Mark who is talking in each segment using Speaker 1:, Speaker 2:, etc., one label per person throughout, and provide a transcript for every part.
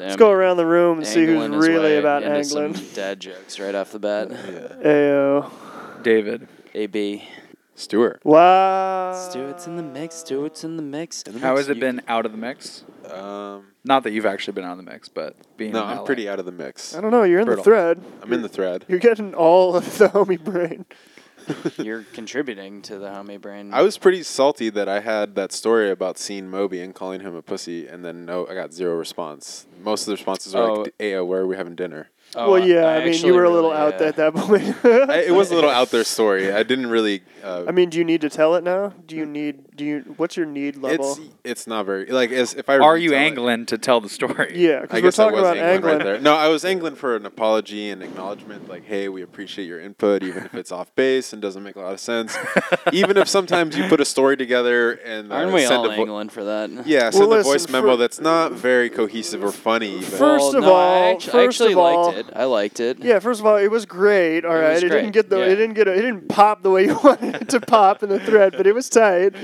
Speaker 1: Let's
Speaker 2: go around the room and see who's
Speaker 1: Um, Angling his
Speaker 2: really
Speaker 1: way
Speaker 2: about
Speaker 1: into
Speaker 2: angling.
Speaker 1: Some dad jokes right off the bat.
Speaker 2: Ayo.
Speaker 3: David.
Speaker 1: AB.
Speaker 4: Stuart.
Speaker 2: Wow.
Speaker 1: Stuart's in the mix. Stuart's in the mix.
Speaker 3: How has it been out of the mix?
Speaker 4: Um,
Speaker 3: Not that you've actually been out of the mix, but being
Speaker 4: no,
Speaker 3: in LA.
Speaker 4: I'm pretty out of the mix.
Speaker 2: I don't know. You're in the
Speaker 3: Brutal.
Speaker 2: thread.
Speaker 4: I'm in the thread.
Speaker 2: You're getting all of the homie brain.
Speaker 1: You're contributing to the homie brain.
Speaker 4: I was pretty salty that I had that story about seeing Moby and calling him a pussy, and then no, I got zero response. Most of the responses were
Speaker 1: Oh.
Speaker 4: like, "Ayo, where are we having dinner?"
Speaker 1: Oh,
Speaker 2: well, yeah. I, mean,
Speaker 1: actually
Speaker 2: you were a little
Speaker 1: really,
Speaker 2: out
Speaker 1: uh,
Speaker 2: at that point.
Speaker 4: I, it was a little out there story. I didn't really. Uh,
Speaker 2: I mean, do you need to tell it now? Do you need? Do you? What's your need level?
Speaker 4: Mm. it's it's not very like as if I.
Speaker 3: Are you
Speaker 4: retell it-
Speaker 3: angling to tell the story?
Speaker 2: yeah,
Speaker 4: I
Speaker 2: because we're
Speaker 4: guess I
Speaker 2: talking
Speaker 4: was
Speaker 2: about
Speaker 4: angling
Speaker 2: angling.
Speaker 4: right there. No, I was angling for an apology and acknowledgement, like, "Hey, we appreciate your input, even if it's off base and doesn't make a lot of sense. even if sometimes you put a story together and uh,
Speaker 1: Aren't we
Speaker 4: send
Speaker 1: all
Speaker 4: a vo-
Speaker 1: angling for that?
Speaker 4: yeah, send
Speaker 2: Well,
Speaker 4: a voice
Speaker 2: listen,
Speaker 4: memo
Speaker 2: for-
Speaker 4: that's not very cohesive or funny." But
Speaker 2: For- First
Speaker 1: Well,
Speaker 2: of
Speaker 1: no,
Speaker 2: all-
Speaker 1: I actu- I
Speaker 2: first
Speaker 1: actually,
Speaker 2: of all-
Speaker 1: liked it. I liked it.
Speaker 2: Yeah, first of all, it was great. All
Speaker 1: It
Speaker 2: right,
Speaker 1: was
Speaker 2: it didn't
Speaker 1: great,
Speaker 2: get the
Speaker 1: yeah.
Speaker 2: it didn't get a, it didn't pop the way you wanted it to pop in the thread, but it was tight.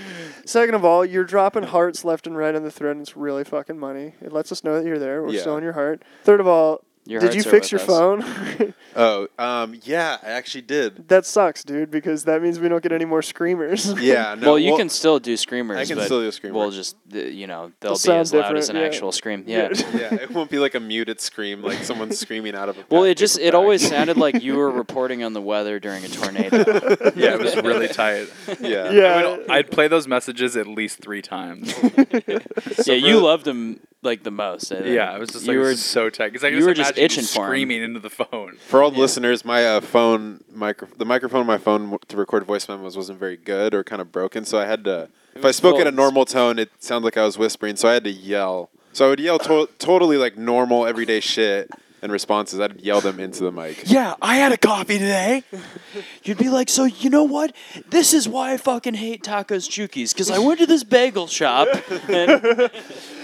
Speaker 2: Second of all, you're dropping hearts left and right on the thread, and it's really fucking money. It lets us know that you're there. We're
Speaker 4: Yeah.
Speaker 2: still in your heart. Third of all,
Speaker 1: Your
Speaker 2: did you
Speaker 1: hearts are
Speaker 2: fix your
Speaker 1: with us.
Speaker 2: phone?
Speaker 4: oh, um, yeah, I actually did.
Speaker 2: that sucks, dude, because that means we don't get any more screamers.
Speaker 4: Yeah, no.
Speaker 1: well, you can still do screamers.
Speaker 4: I can
Speaker 1: but
Speaker 4: still do a screamer.
Speaker 1: We'll just, th- you know, they'll
Speaker 2: They'll
Speaker 1: be as
Speaker 2: sound
Speaker 1: loud as an
Speaker 2: different, yeah.
Speaker 1: actual scream. Yeah.
Speaker 4: yeah, it won't be like a muted scream, like someone screaming out of a.
Speaker 1: Well,
Speaker 4: pack
Speaker 1: it just,
Speaker 4: paper
Speaker 1: it always
Speaker 4: bag.
Speaker 1: sounded like you were reporting on the weather during a tornado.
Speaker 3: Yeah, it was really tight.
Speaker 4: yeah.
Speaker 2: Yeah.
Speaker 3: I would, I'd play those messages at least three times.
Speaker 1: yeah, you loved them like the most. I think.
Speaker 3: Yeah, I was just like
Speaker 1: you were,
Speaker 3: so tight because I
Speaker 1: you
Speaker 3: just
Speaker 1: were just
Speaker 3: imagine you
Speaker 1: itching for 'em.
Speaker 3: screaming into the phone.
Speaker 4: For all the listeners, my uh, phone micro, the microphone on my phone w- to record voice memos wasn't very good or kind of broken, so I had to. If I spoke at a
Speaker 1: well,
Speaker 4: normal tone, it sounded like I was whispering, so I had to yell. So I would yell to- totally like normal everyday shit and responses. I'd yell them into the mic.
Speaker 3: Yeah, I had a coffee today.
Speaker 1: You'd be like, so you know what? This is why I fucking hate tacos chukis because I went to this bagel shop. And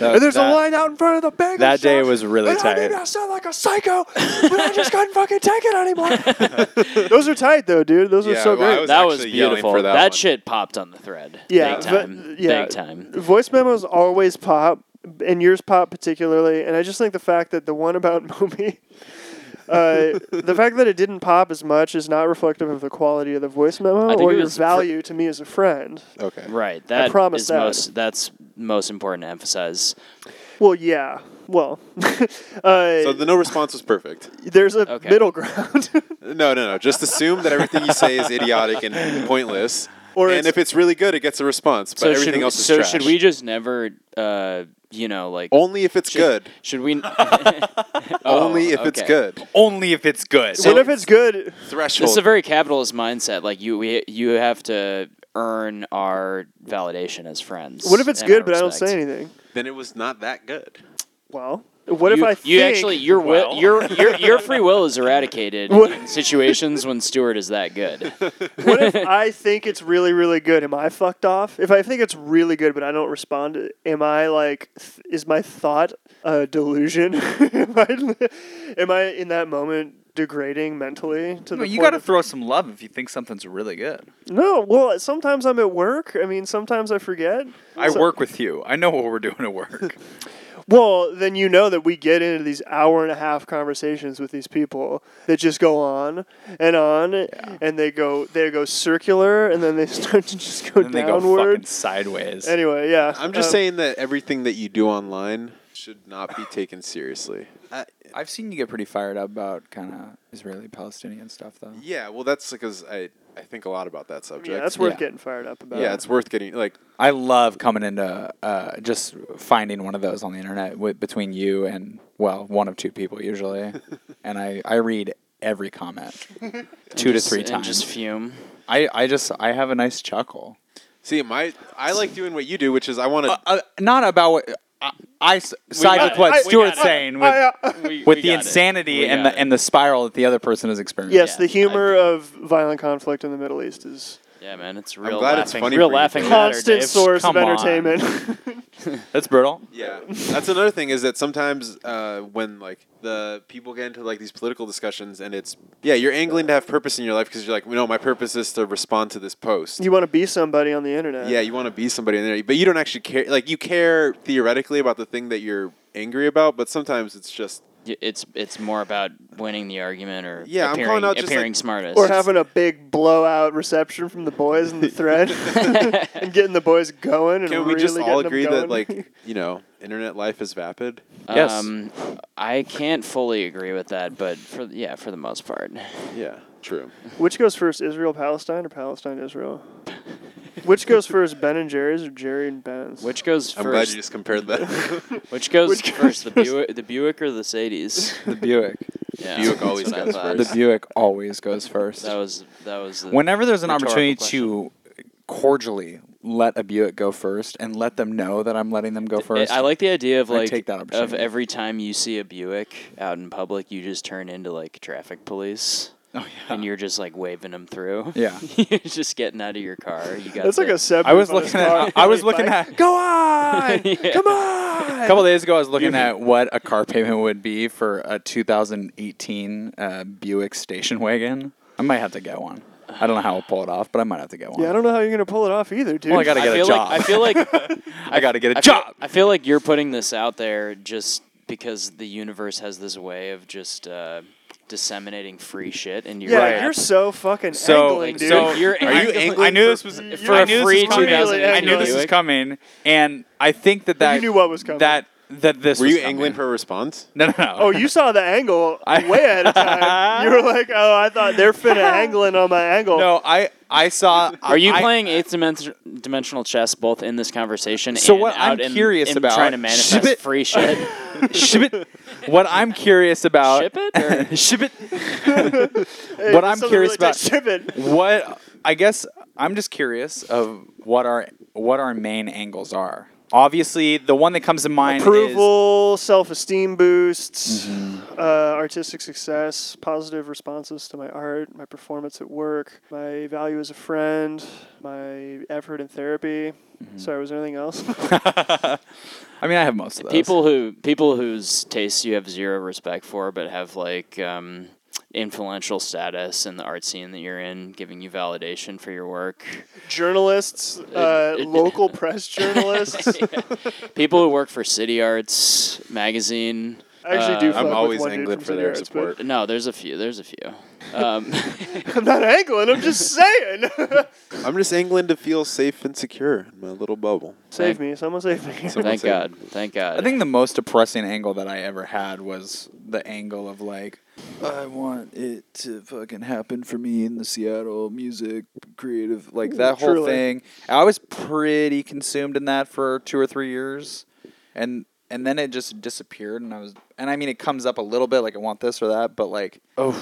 Speaker 3: That,
Speaker 2: There's a line out in front of the bagel
Speaker 3: that day
Speaker 2: shop,
Speaker 3: was really
Speaker 2: and I
Speaker 3: tight.
Speaker 2: mean, I sound like a psycho, but I just couldn't fucking take it anymore. Those are tight though, dude. Those are
Speaker 4: Yeah,
Speaker 2: so
Speaker 4: well, I
Speaker 2: great.
Speaker 4: was
Speaker 1: that was
Speaker 4: actually yelling
Speaker 1: beautiful.
Speaker 4: for that one.
Speaker 1: shit popped on the thread.
Speaker 2: Yeah,
Speaker 1: big
Speaker 2: but-
Speaker 1: time.
Speaker 2: yeah.
Speaker 1: Big time.
Speaker 2: voice memos always pop, and yours pop particularly. And I just think the fact that the one about Moby, uh, the fact that it didn't pop as much is not reflective of the quality of the voice
Speaker 1: I
Speaker 2: memo
Speaker 1: think
Speaker 2: or
Speaker 1: it
Speaker 2: your
Speaker 1: was fr-
Speaker 2: value to me as a friend.
Speaker 4: Okay.
Speaker 1: Right. That
Speaker 2: promise
Speaker 1: is
Speaker 2: that.
Speaker 1: most. That's most important to emphasize.
Speaker 2: Well, yeah. Well, uh,
Speaker 4: So the no response was perfect.
Speaker 2: there's a
Speaker 1: Okay.
Speaker 2: middle ground.
Speaker 4: No, no, no. Just assume that everything you say is idiotic and pointless.
Speaker 2: Or
Speaker 4: and
Speaker 2: it's-
Speaker 4: if it's really good, it gets a response. But
Speaker 1: So
Speaker 4: everything
Speaker 1: should
Speaker 4: else is
Speaker 1: so
Speaker 4: trash.
Speaker 1: should we just never, uh, you know, like
Speaker 4: Only if it's good.
Speaker 1: should we? Oh,
Speaker 4: Only if it's
Speaker 1: okay.
Speaker 4: good.
Speaker 3: Only if it's good.
Speaker 2: what if it's good?
Speaker 4: Threshold.
Speaker 1: this is a very capitalist mindset. Like you, we, you have to earn our validation as friends.
Speaker 2: What if it's
Speaker 1: and
Speaker 2: good,
Speaker 1: our
Speaker 2: but I don't
Speaker 1: respect.
Speaker 2: say anything?
Speaker 4: then it was not that good.
Speaker 2: Well, what
Speaker 1: you,
Speaker 2: if I
Speaker 1: you
Speaker 2: think-
Speaker 1: actually your will
Speaker 3: Well.
Speaker 1: your, your your free will is eradicated
Speaker 2: What-
Speaker 1: in situations when Stewart is that good.
Speaker 2: what if I think it's really, really good? Am I fucked off? If I think it's really good, but I don't respond, am I like, th- is my thought a delusion? am, I, am I in that moment degrading mentally to
Speaker 3: No,
Speaker 2: the
Speaker 3: you
Speaker 2: point
Speaker 3: got to
Speaker 2: of-
Speaker 3: throw some love if you think something's really good.
Speaker 2: no? Well, sometimes I'm at work. I mean, sometimes I forget.
Speaker 3: I
Speaker 2: So-
Speaker 3: work with you. I know what we're doing at work.
Speaker 2: Well, then you know that we get into these hour and a half conversations with these people that just go on and on, and they go they go circular, and then they start to just go
Speaker 3: and they go fucking
Speaker 2: downward.
Speaker 3: sideways.
Speaker 2: anyway, yeah.
Speaker 4: I'm just
Speaker 2: Um,
Speaker 4: saying that everything that you do online should not be taken seriously.
Speaker 3: I've seen you get pretty fired up about kind of Israeli-Palestinian stuff, though.
Speaker 4: yeah, well, that's because I I think a lot about that subject.
Speaker 2: Yeah, that's uh, worth
Speaker 3: Yeah.
Speaker 2: getting fired up about.
Speaker 4: Yeah, it's worth getting like
Speaker 3: I love coming into uh, just finding one of those on the internet wi between you and well, one of two people usually, and I, I read every comment two
Speaker 1: Just-
Speaker 3: to three
Speaker 1: and
Speaker 3: times.
Speaker 1: Just fume.
Speaker 3: I, I just I have a nice chuckle.
Speaker 4: see my I like doing what you do, which is I want to.
Speaker 3: Uh, uh, not about what I, I s- side
Speaker 1: got
Speaker 3: with
Speaker 1: it.
Speaker 3: what
Speaker 1: I- we
Speaker 3: Stuart's
Speaker 1: got it.
Speaker 3: saying with, with the insanity and the and the spiral that the other person is experiencing.
Speaker 2: yes,
Speaker 1: Yeah,
Speaker 2: the
Speaker 1: I
Speaker 2: humor of violent conflict in the Middle East is
Speaker 1: Yeah, man, it's real.
Speaker 4: glad it's
Speaker 1: laughing,
Speaker 4: funny
Speaker 1: real
Speaker 4: for you,
Speaker 1: laughing
Speaker 4: Dave.
Speaker 1: matter,
Speaker 2: Constant
Speaker 1: Dave.
Speaker 2: source
Speaker 3: come
Speaker 2: of
Speaker 3: on.
Speaker 2: entertainment.
Speaker 3: That's brutal.
Speaker 4: Yeah, that's another thing is that sometimes uh, when like the people get into like these political discussions and it's yeah you're angling to have purpose in your life because you're like no my purpose is to respond to this post.
Speaker 2: you want to be somebody on the internet.
Speaker 4: yeah, you want to be somebody in there, but you don't actually care. Like you care theoretically about the thing that you're angry about, but sometimes it's just
Speaker 1: Y- It's it's more about winning the argument or
Speaker 4: Yeah, I'm
Speaker 1: appearing,
Speaker 4: calling out just, like-
Speaker 1: appearing smartest.
Speaker 2: Or having a big blowout reception from the boys in the thread and getting the boys going. And
Speaker 4: can we
Speaker 2: really
Speaker 4: just all
Speaker 2: getting them
Speaker 4: agree
Speaker 2: going.
Speaker 4: that like you know internet life is vapid?
Speaker 3: Yes.
Speaker 1: Um, I can't fully agree with that, but for yeah, for the most part,
Speaker 4: Yeah, true.
Speaker 2: Which goes first, Israel Palestine or Palestine Israel? Which goes first, Ben and Jerry's or Jerry and Ben's?
Speaker 1: which goes
Speaker 4: I'm glad
Speaker 1: first?
Speaker 4: you just compared that.
Speaker 1: which goes
Speaker 2: Which goes
Speaker 1: first, the Buick, the Buick or the Sadies?
Speaker 3: The Buick.
Speaker 1: Yeah,
Speaker 4: Buick
Speaker 1: that's
Speaker 4: always
Speaker 1: what I
Speaker 4: goes
Speaker 1: thought.
Speaker 3: The Buick always goes first.
Speaker 1: That was that was. The,
Speaker 3: Whenever there's an
Speaker 1: Rhetorical
Speaker 3: opportunity to cordially let a Buick go first and let them know that I'm letting them go first.
Speaker 1: I like the idea of
Speaker 3: I
Speaker 1: like
Speaker 3: take that
Speaker 1: of
Speaker 3: opportunity.
Speaker 1: every time you see a Buick out in public, you just turn into like traffic police.
Speaker 3: Oh, yeah.
Speaker 1: And you're just like waving them through.
Speaker 3: Yeah.
Speaker 1: you're just getting out of your car. You got
Speaker 2: That's like
Speaker 1: the-
Speaker 2: a separate.
Speaker 3: I was looking at. I was looking at. Go on,
Speaker 1: Yeah.
Speaker 3: come on. A couple days ago, I was looking at what a car payment would be for a 2018 uh, Buick station wagon. I might have to get one. I don't know how I'll pull it off, but I might have to get one.
Speaker 2: Yeah, I don't know how you're gonna pull it off either, dude.
Speaker 3: Well, I gotta
Speaker 1: I
Speaker 3: get a
Speaker 1: feel
Speaker 3: job.
Speaker 1: like I feel like
Speaker 3: I got to get a
Speaker 1: I feel-
Speaker 3: job.
Speaker 1: I feel like you're putting this out there just because the universe has this way of just uh, disseminating free shit. And you're
Speaker 2: yeah,
Speaker 3: Right.
Speaker 2: you're so fucking
Speaker 3: So-
Speaker 2: angling, dude.
Speaker 3: so-
Speaker 1: you're
Speaker 4: Are you
Speaker 1: angling-
Speaker 4: angling
Speaker 3: I knew
Speaker 4: for-
Speaker 3: this was
Speaker 2: You're
Speaker 3: for a
Speaker 1: a free
Speaker 3: free 2000. I
Speaker 1: 2018
Speaker 3: knew this was
Speaker 1: Buick.
Speaker 3: coming, and I think that that
Speaker 2: You knew what was coming.
Speaker 3: That that this
Speaker 4: Were
Speaker 3: was
Speaker 4: you
Speaker 3: coming.
Speaker 4: angling for a response?
Speaker 3: No, no, no.
Speaker 2: oh, you saw the angle
Speaker 3: I-
Speaker 2: way ahead of time. You were like, oh, I thought they're finna angling on my angle.
Speaker 3: no. I I saw.
Speaker 1: Are you
Speaker 3: I-
Speaker 1: playing eighth dimension, dimensional chess both in this conversation?
Speaker 3: So
Speaker 1: and
Speaker 3: what I'm
Speaker 1: out in-
Speaker 3: curious
Speaker 1: in
Speaker 3: about-
Speaker 1: trying to
Speaker 3: Ship
Speaker 1: manifest
Speaker 3: it.
Speaker 1: free shit.
Speaker 3: Ship it. What I'm curious about.
Speaker 1: Ship it or-
Speaker 3: Ship it.
Speaker 2: Hey,
Speaker 3: what I'm
Speaker 2: something
Speaker 3: curious
Speaker 2: really
Speaker 3: about-
Speaker 2: takes shipping.
Speaker 3: What I guess I'm just curious of what our what our main angles are. Obviously, the one that comes to mind is
Speaker 2: approval, self-esteem boosts, uh, artistic success, positive responses to my art, my performance at work, my value as a friend, my effort in therapy. Sorry, was there anything else?
Speaker 3: I mean, I have most of those.
Speaker 1: people who people whose tastes you have zero respect for, but have like um, influential status in the art scene that you're in, giving you validation for your work.
Speaker 2: journalists, uh,
Speaker 1: it-
Speaker 2: local press journalists.
Speaker 1: People who work for City Arts magazine.
Speaker 2: I actually do.
Speaker 1: Uh,
Speaker 2: fuck
Speaker 4: I'm
Speaker 2: with
Speaker 4: always
Speaker 2: one dude
Speaker 4: angling
Speaker 2: from
Speaker 4: for
Speaker 2: City
Speaker 4: their
Speaker 2: Arts,
Speaker 4: support.
Speaker 1: No, there's a few. There's a few. Um,
Speaker 2: but I'm not angling. I'm just saying.
Speaker 4: I'm just angling to feel safe and secure in my little bubble.
Speaker 2: save
Speaker 1: Thank-
Speaker 2: me! Someone save me!
Speaker 4: So-
Speaker 1: thank
Speaker 4: Someone said-
Speaker 1: God. Thank God.
Speaker 3: I think the most depressing angle that I ever had was the angle of like, I want it to fucking happen for me in the Seattle music creative, like that whole
Speaker 2: Truly.
Speaker 3: thing. I was pretty consumed in that for two or three years, and and then it just disappeared. And I was, and I mean, it comes up a little bit, like I want this or that, but like,
Speaker 4: Oh.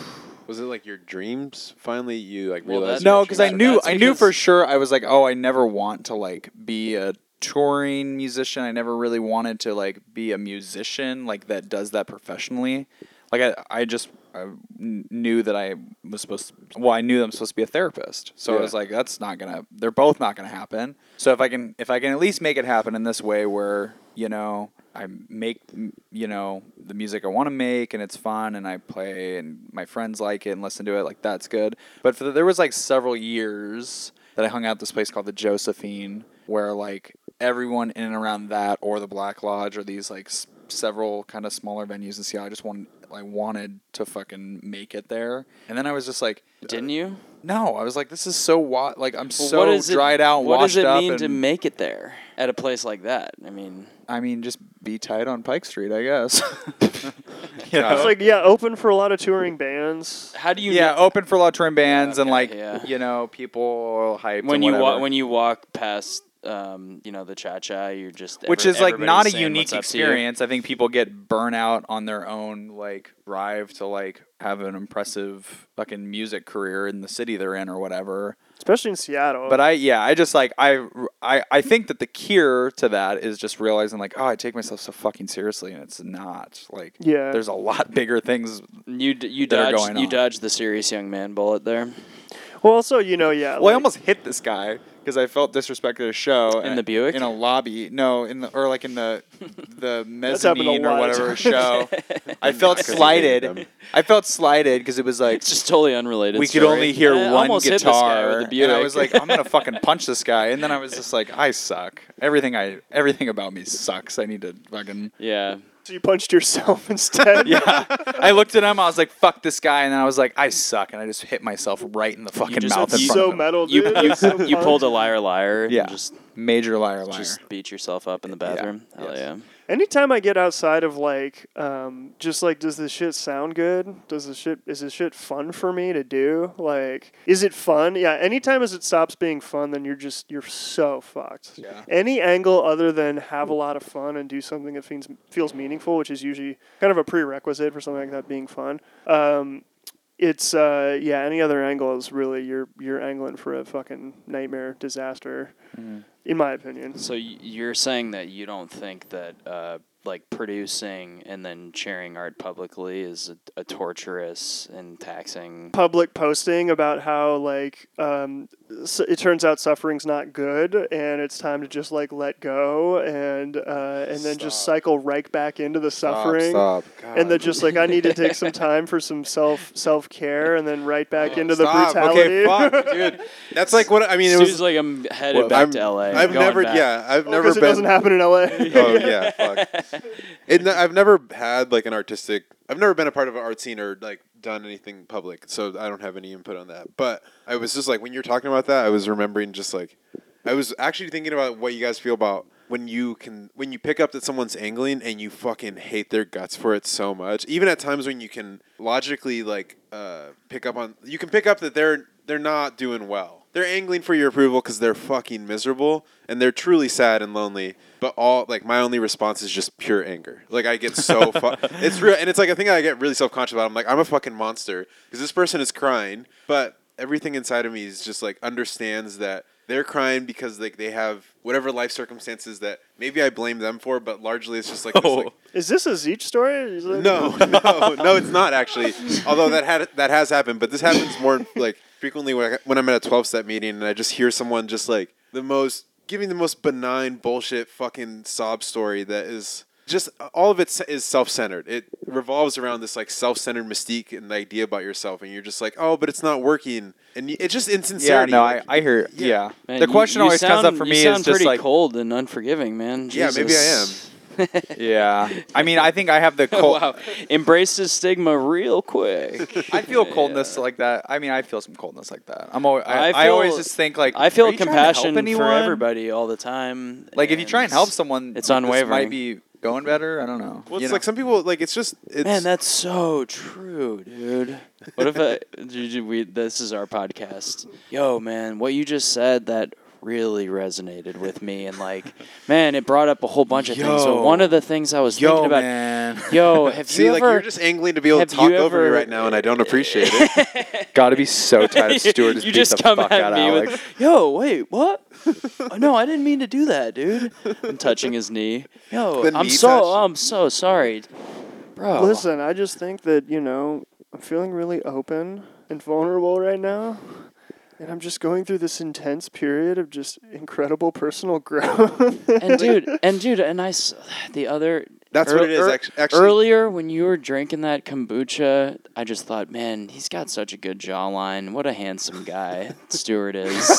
Speaker 4: Was it like your dreams? Finally, you like
Speaker 1: Well,
Speaker 4: realized.
Speaker 1: that's
Speaker 3: no,
Speaker 1: what
Speaker 3: because
Speaker 1: you
Speaker 3: I
Speaker 1: said.
Speaker 3: knew
Speaker 1: That's
Speaker 3: I knew
Speaker 1: because-
Speaker 3: for sure I was like, oh, I never want to like be a touring musician. I never really wanted to like be a musician like that does that professionally. Like I, I just I kn- knew that I was supposed to, well, I knew that I'm supposed to be a therapist. So I
Speaker 4: Yeah.
Speaker 3: was like, that's not gonna they're both not gonna happen. So if I can if I can at least make it happen in this way where, you know, I make m- you know the music I want to make and it's fun and I play and my friends like it and listen to it like that's good. But for the, there was like several years that I hung out at this place called the Josephine where like everyone in and around that or the Black Lodge or these like s- several kind of smaller venues in Seattle I just wanted I wanted to fucking make it there. And then I was just like
Speaker 1: Didn't you?
Speaker 3: no, I was like this is so wa- like I'm
Speaker 1: Well,
Speaker 3: so
Speaker 1: is it-
Speaker 3: dried out
Speaker 1: What
Speaker 3: washed
Speaker 1: does it
Speaker 3: up
Speaker 1: mean to
Speaker 3: and-
Speaker 1: make it there at a place like that? I mean,
Speaker 3: I mean, just be tight on Pike Street, I guess. You
Speaker 2: It's
Speaker 3: know?
Speaker 2: like yeah, open for a lot of touring bands.
Speaker 1: how do you?
Speaker 3: yeah, oh,
Speaker 1: know-
Speaker 3: open for a lot of touring bands and
Speaker 1: okay,
Speaker 3: like
Speaker 1: yeah.
Speaker 3: you know people hype
Speaker 1: when you walk when you walk past, um, you know the cha cha, you're just
Speaker 3: which
Speaker 1: every-
Speaker 3: is like
Speaker 1: everybody's
Speaker 3: not a
Speaker 1: saying what's
Speaker 3: unique
Speaker 1: up to you.
Speaker 3: experience. I think people get burnout on their own like drive to like have an impressive fucking music career in the city they're in or whatever.
Speaker 2: especially in Seattle.
Speaker 3: But I yeah, I just like I I I think that the cure to that is just realizing like oh, I take myself so fucking seriously and it's not like
Speaker 2: Yeah.
Speaker 3: there's a lot bigger things
Speaker 1: You d- you
Speaker 3: that are
Speaker 1: dodged
Speaker 3: going
Speaker 1: you
Speaker 3: on.
Speaker 1: dodged the serious young man bullet there.
Speaker 2: Well, also, you know, yeah.
Speaker 3: Well, I
Speaker 2: like-
Speaker 3: almost hit this guy because I felt disrespected at a show
Speaker 1: In
Speaker 3: at-
Speaker 1: the Buick?
Speaker 3: in a lobby. No, in the or like in the the
Speaker 2: happened a lot
Speaker 3: mezzanine or
Speaker 2: of
Speaker 3: whatever
Speaker 2: times.
Speaker 3: show. I felt
Speaker 4: 'cause he hated them.
Speaker 3: slighted. I felt slighted because it was like
Speaker 1: It's just totally unrelated.
Speaker 3: we could
Speaker 1: story.
Speaker 3: only hear
Speaker 1: I
Speaker 3: one
Speaker 1: almost hit this guy
Speaker 3: guitar,
Speaker 1: with a
Speaker 3: and I
Speaker 1: Buick.
Speaker 3: was like, I'm gonna fucking punch this guy. And then I was just like, I suck. Everything I everything about me sucks. I need to fucking
Speaker 1: yeah.
Speaker 2: So you punched yourself instead.
Speaker 3: yeah. I looked at him. I was like, fuck this guy. And then I was like, I suck. And I just hit myself right in the fucking
Speaker 1: just-
Speaker 3: mouth.
Speaker 2: That's
Speaker 3: In
Speaker 1: you-
Speaker 3: front
Speaker 2: so
Speaker 3: of him.
Speaker 2: metal,
Speaker 1: You
Speaker 2: dude.
Speaker 1: you,
Speaker 2: That's so
Speaker 1: you
Speaker 2: fun.
Speaker 1: pulled a liar liar.
Speaker 3: Yeah.
Speaker 1: And just
Speaker 3: Major liar, liar.
Speaker 1: just beat yourself up in the bathroom. Hell
Speaker 3: Yes.
Speaker 1: yeah.
Speaker 2: Anytime I get outside of like, um, just like, does this shit sound good? Does this shit is this shit fun for me to do? Like, is it fun? Yeah. Anytime as it stops being fun, then you're just you're so fucked.
Speaker 3: Yeah.
Speaker 2: Any angle other than have a lot of fun and do something that feels feels meaningful, which is usually kind of a prerequisite for something like that being fun. Um, it's uh, yeah. Any other angle is really you're you're angling for a fucking nightmare disaster, in my opinion.
Speaker 1: So y- you're saying that you don't think that uh, like producing and then sharing art publicly is a, a torturous and taxing.
Speaker 2: public posting about how like um, s it turns out suffering's not good and it's time to just like let go and uh, and then just cycle right back into the suffering
Speaker 4: Stop. stop.
Speaker 2: and then just like I need to take some time for some self self care and then right back into the
Speaker 4: Oh, Stop.
Speaker 2: brutality. Oh,
Speaker 4: Okay, fuck, dude. That's like what I mean. It was.
Speaker 1: like I'm headed
Speaker 4: Well,
Speaker 1: back
Speaker 4: I'm-
Speaker 1: to LA.
Speaker 4: I've
Speaker 1: going
Speaker 4: never.
Speaker 1: back.
Speaker 4: Yeah, I've
Speaker 2: Oh,
Speaker 4: never
Speaker 2: 'cause
Speaker 4: been.
Speaker 2: it doesn't happen in LA.
Speaker 4: oh yeah, fuck. It, no, I've never had like an artistic. I've never been a part of an art scene or like done anything public, so I don't have any input on that. But I was just like when you're talking about that, I was remembering just like I was actually thinking about what you guys feel about when you can when you pick up that someone's angling and you fucking hate their guts for it so much. Even at times when you can logically like uh, pick up on you can pick up that they're they're not doing well. They're angling for your approval because they're fucking miserable and they're truly sad and lonely. But all like my only response is just pure anger. Like I get so fu- it's real, and it's like a thing I get really self conscious about. I'm like I'm a fucking monster because this person is crying, but everything inside of me is just like understands that they're crying because like they have whatever life circumstances that maybe I blame them for, but largely it's just like, this, like
Speaker 2: Is this a Zeech story? Is it-
Speaker 4: no, no, no, it's not actually. Although that had that has happened, but this happens more like frequently when, I, when I'm at a 12 step meeting and I just hear someone just like the most giving the most benign bullshit fucking sob story that is just all of it se- is self-centered. It revolves around this like self-centered mystique and the idea about yourself and you're just like, "Oh, but it's not working." And y- it's just
Speaker 3: Yeah,
Speaker 4: insincerity.
Speaker 3: no, I,
Speaker 4: like-
Speaker 3: I hear.
Speaker 4: Yeah.
Speaker 3: Yeah,
Speaker 1: Man,
Speaker 3: the
Speaker 1: you-
Speaker 3: question
Speaker 1: you
Speaker 3: always comes up
Speaker 1: sound-
Speaker 3: for
Speaker 1: you
Speaker 3: me
Speaker 1: sound
Speaker 3: is just
Speaker 1: pretty
Speaker 3: like,
Speaker 1: cold and unforgiving, man.
Speaker 4: Yeah, maybe I am.
Speaker 1: Jesus.
Speaker 3: yeah. I mean, I think I have the cold.
Speaker 1: wow, embrace the stigma real quick.
Speaker 3: I feel coldness like that. I mean, I feel some coldness like that. I'm always, I,
Speaker 1: I
Speaker 3: I always
Speaker 1: feel-
Speaker 3: just think like
Speaker 1: I
Speaker 3: are
Speaker 1: feel
Speaker 3: you trying to help
Speaker 1: compassion for
Speaker 3: anyone?
Speaker 1: everybody all the time.
Speaker 3: Like if you try and help someone,
Speaker 1: it's
Speaker 3: this
Speaker 1: unwavering.
Speaker 3: Might be going better. I don't know.
Speaker 4: well,
Speaker 3: You
Speaker 4: it's
Speaker 3: know?
Speaker 4: like some people like it's just it's
Speaker 1: Man, that's so true, dude. What if I, dude, dude, we, this is our podcast? Yo, man, what you just said that really resonated with me, and like, man, it brought up a whole bunch of things. But
Speaker 3: Yo.
Speaker 1: one of the things I was
Speaker 3: yo
Speaker 1: thinking about,
Speaker 3: man,
Speaker 1: yo, have
Speaker 4: See,
Speaker 1: you
Speaker 4: like
Speaker 1: ever?
Speaker 4: you're just angling to be able to
Speaker 1: have you
Speaker 4: talk over me
Speaker 1: ever-
Speaker 4: right now, and I don't appreciate it.
Speaker 3: gotta be so tired of Stuart just
Speaker 1: you
Speaker 3: beat
Speaker 1: just
Speaker 3: the
Speaker 1: come
Speaker 3: fuck
Speaker 1: at
Speaker 3: out of
Speaker 1: me
Speaker 3: Alex.
Speaker 1: with, yo, wait, what? Oh, no, I didn't mean to do that, dude. I'm touching his knee. Yo,
Speaker 4: The
Speaker 1: I'm
Speaker 4: knee
Speaker 1: so,
Speaker 4: touch?
Speaker 1: I'm so sorry,
Speaker 4: Oh.
Speaker 1: bro.
Speaker 2: Listen, I just think that, you know, I'm feeling really open and vulnerable right now. And I'm just going through this intense period of just incredible personal growth.
Speaker 1: and dude, and dude, and I, s- the other.
Speaker 4: That's what it is, act- actually.
Speaker 1: earlier when you were drinking that kombucha, I just thought, man, he's got such a good jawline. What a handsome guy Stewart is.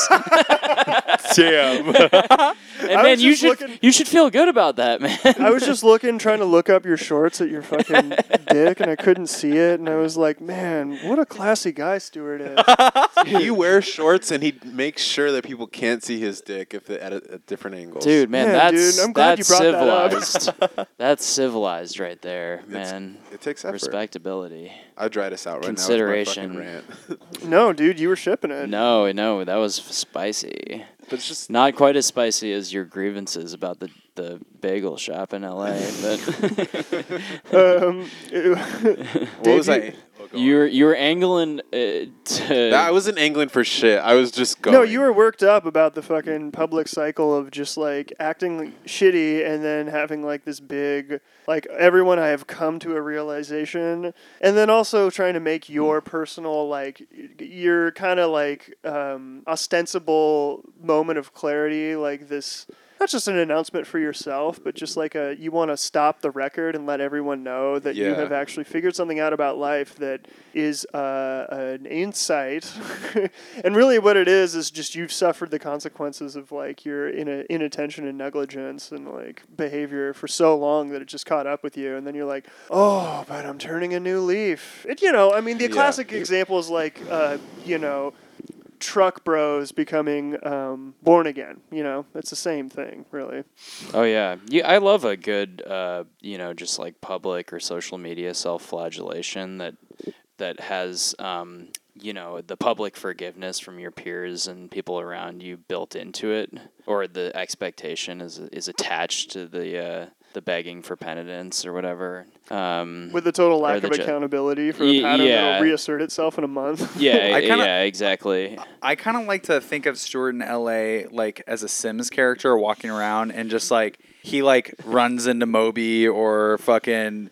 Speaker 3: Damn.
Speaker 1: And
Speaker 2: was
Speaker 1: man, you
Speaker 2: just
Speaker 1: should
Speaker 2: looking-
Speaker 1: you should feel good about that, man.
Speaker 2: I was just looking, trying to look up your shorts at your fucking dick, and I couldn't see it. And I was like, man, what a classy guy Stewart is.
Speaker 4: he wears shorts and he makes sure that people can't see his dick if they, at, a, at different angles.
Speaker 1: Dude, man,
Speaker 2: Yeah, dude,
Speaker 1: that's
Speaker 2: I'm glad
Speaker 1: that's
Speaker 2: you brought that
Speaker 1: civilized. that's civilized right there, man.
Speaker 4: it takes effort.
Speaker 1: Respectability.
Speaker 4: I dried us out right
Speaker 1: Consideration.
Speaker 4: now. with my fucking rant.
Speaker 2: No, dude, you were shipping it.
Speaker 1: No, no, that was spicy.
Speaker 4: but it's just
Speaker 1: Not quite as spicy as your grievances about the, the bagel shop in LA, but
Speaker 2: Um,
Speaker 4: what was
Speaker 2: you-
Speaker 4: I? Oh, going.
Speaker 1: You're you're angling uh, to.
Speaker 4: Nah, I wasn't angling for shit. I was just going.
Speaker 2: No, you were worked up about the fucking public cycle of just like acting shitty and then having like this big like everyone I have come to a realization and then also trying to make your personal like y- your kind of like um ostensible moment of clarity like this not just an announcement for yourself, but just like a you want to stop the record and let everyone know that you
Speaker 4: Yeah.
Speaker 2: have actually figured something out about life that is uh, an insight. and really, what it is is just you've suffered the consequences of like your in- inattention and negligence and like behavior for so long that it just caught up with you, and then you're like, oh, but I'm turning a new leaf. It, you know, I mean, the
Speaker 4: Yeah.
Speaker 2: classic example is like, uh, you know. Truck bros becoming um, born again. You know, it's the same thing, really.
Speaker 1: Oh yeah, yeah. I love a good, uh, you know, just like public or social media self-flagellation that that has, um, you know, the public forgiveness from your peers and people around you built into it, or the expectation is is attached to the uh, the begging for penitence or whatever. Um,
Speaker 2: with the total
Speaker 1: Or
Speaker 2: lack
Speaker 1: the
Speaker 2: of
Speaker 1: ju-
Speaker 2: accountability for
Speaker 1: Y-
Speaker 2: a pattern
Speaker 1: yeah.
Speaker 2: that'll reassert itself in a month.
Speaker 1: yeah,
Speaker 3: I kinda-
Speaker 1: yeah, exactly.
Speaker 3: I kind of like to think of Stuart in L.A. like as a Sims character walking around and just like he like runs into Moby or fucking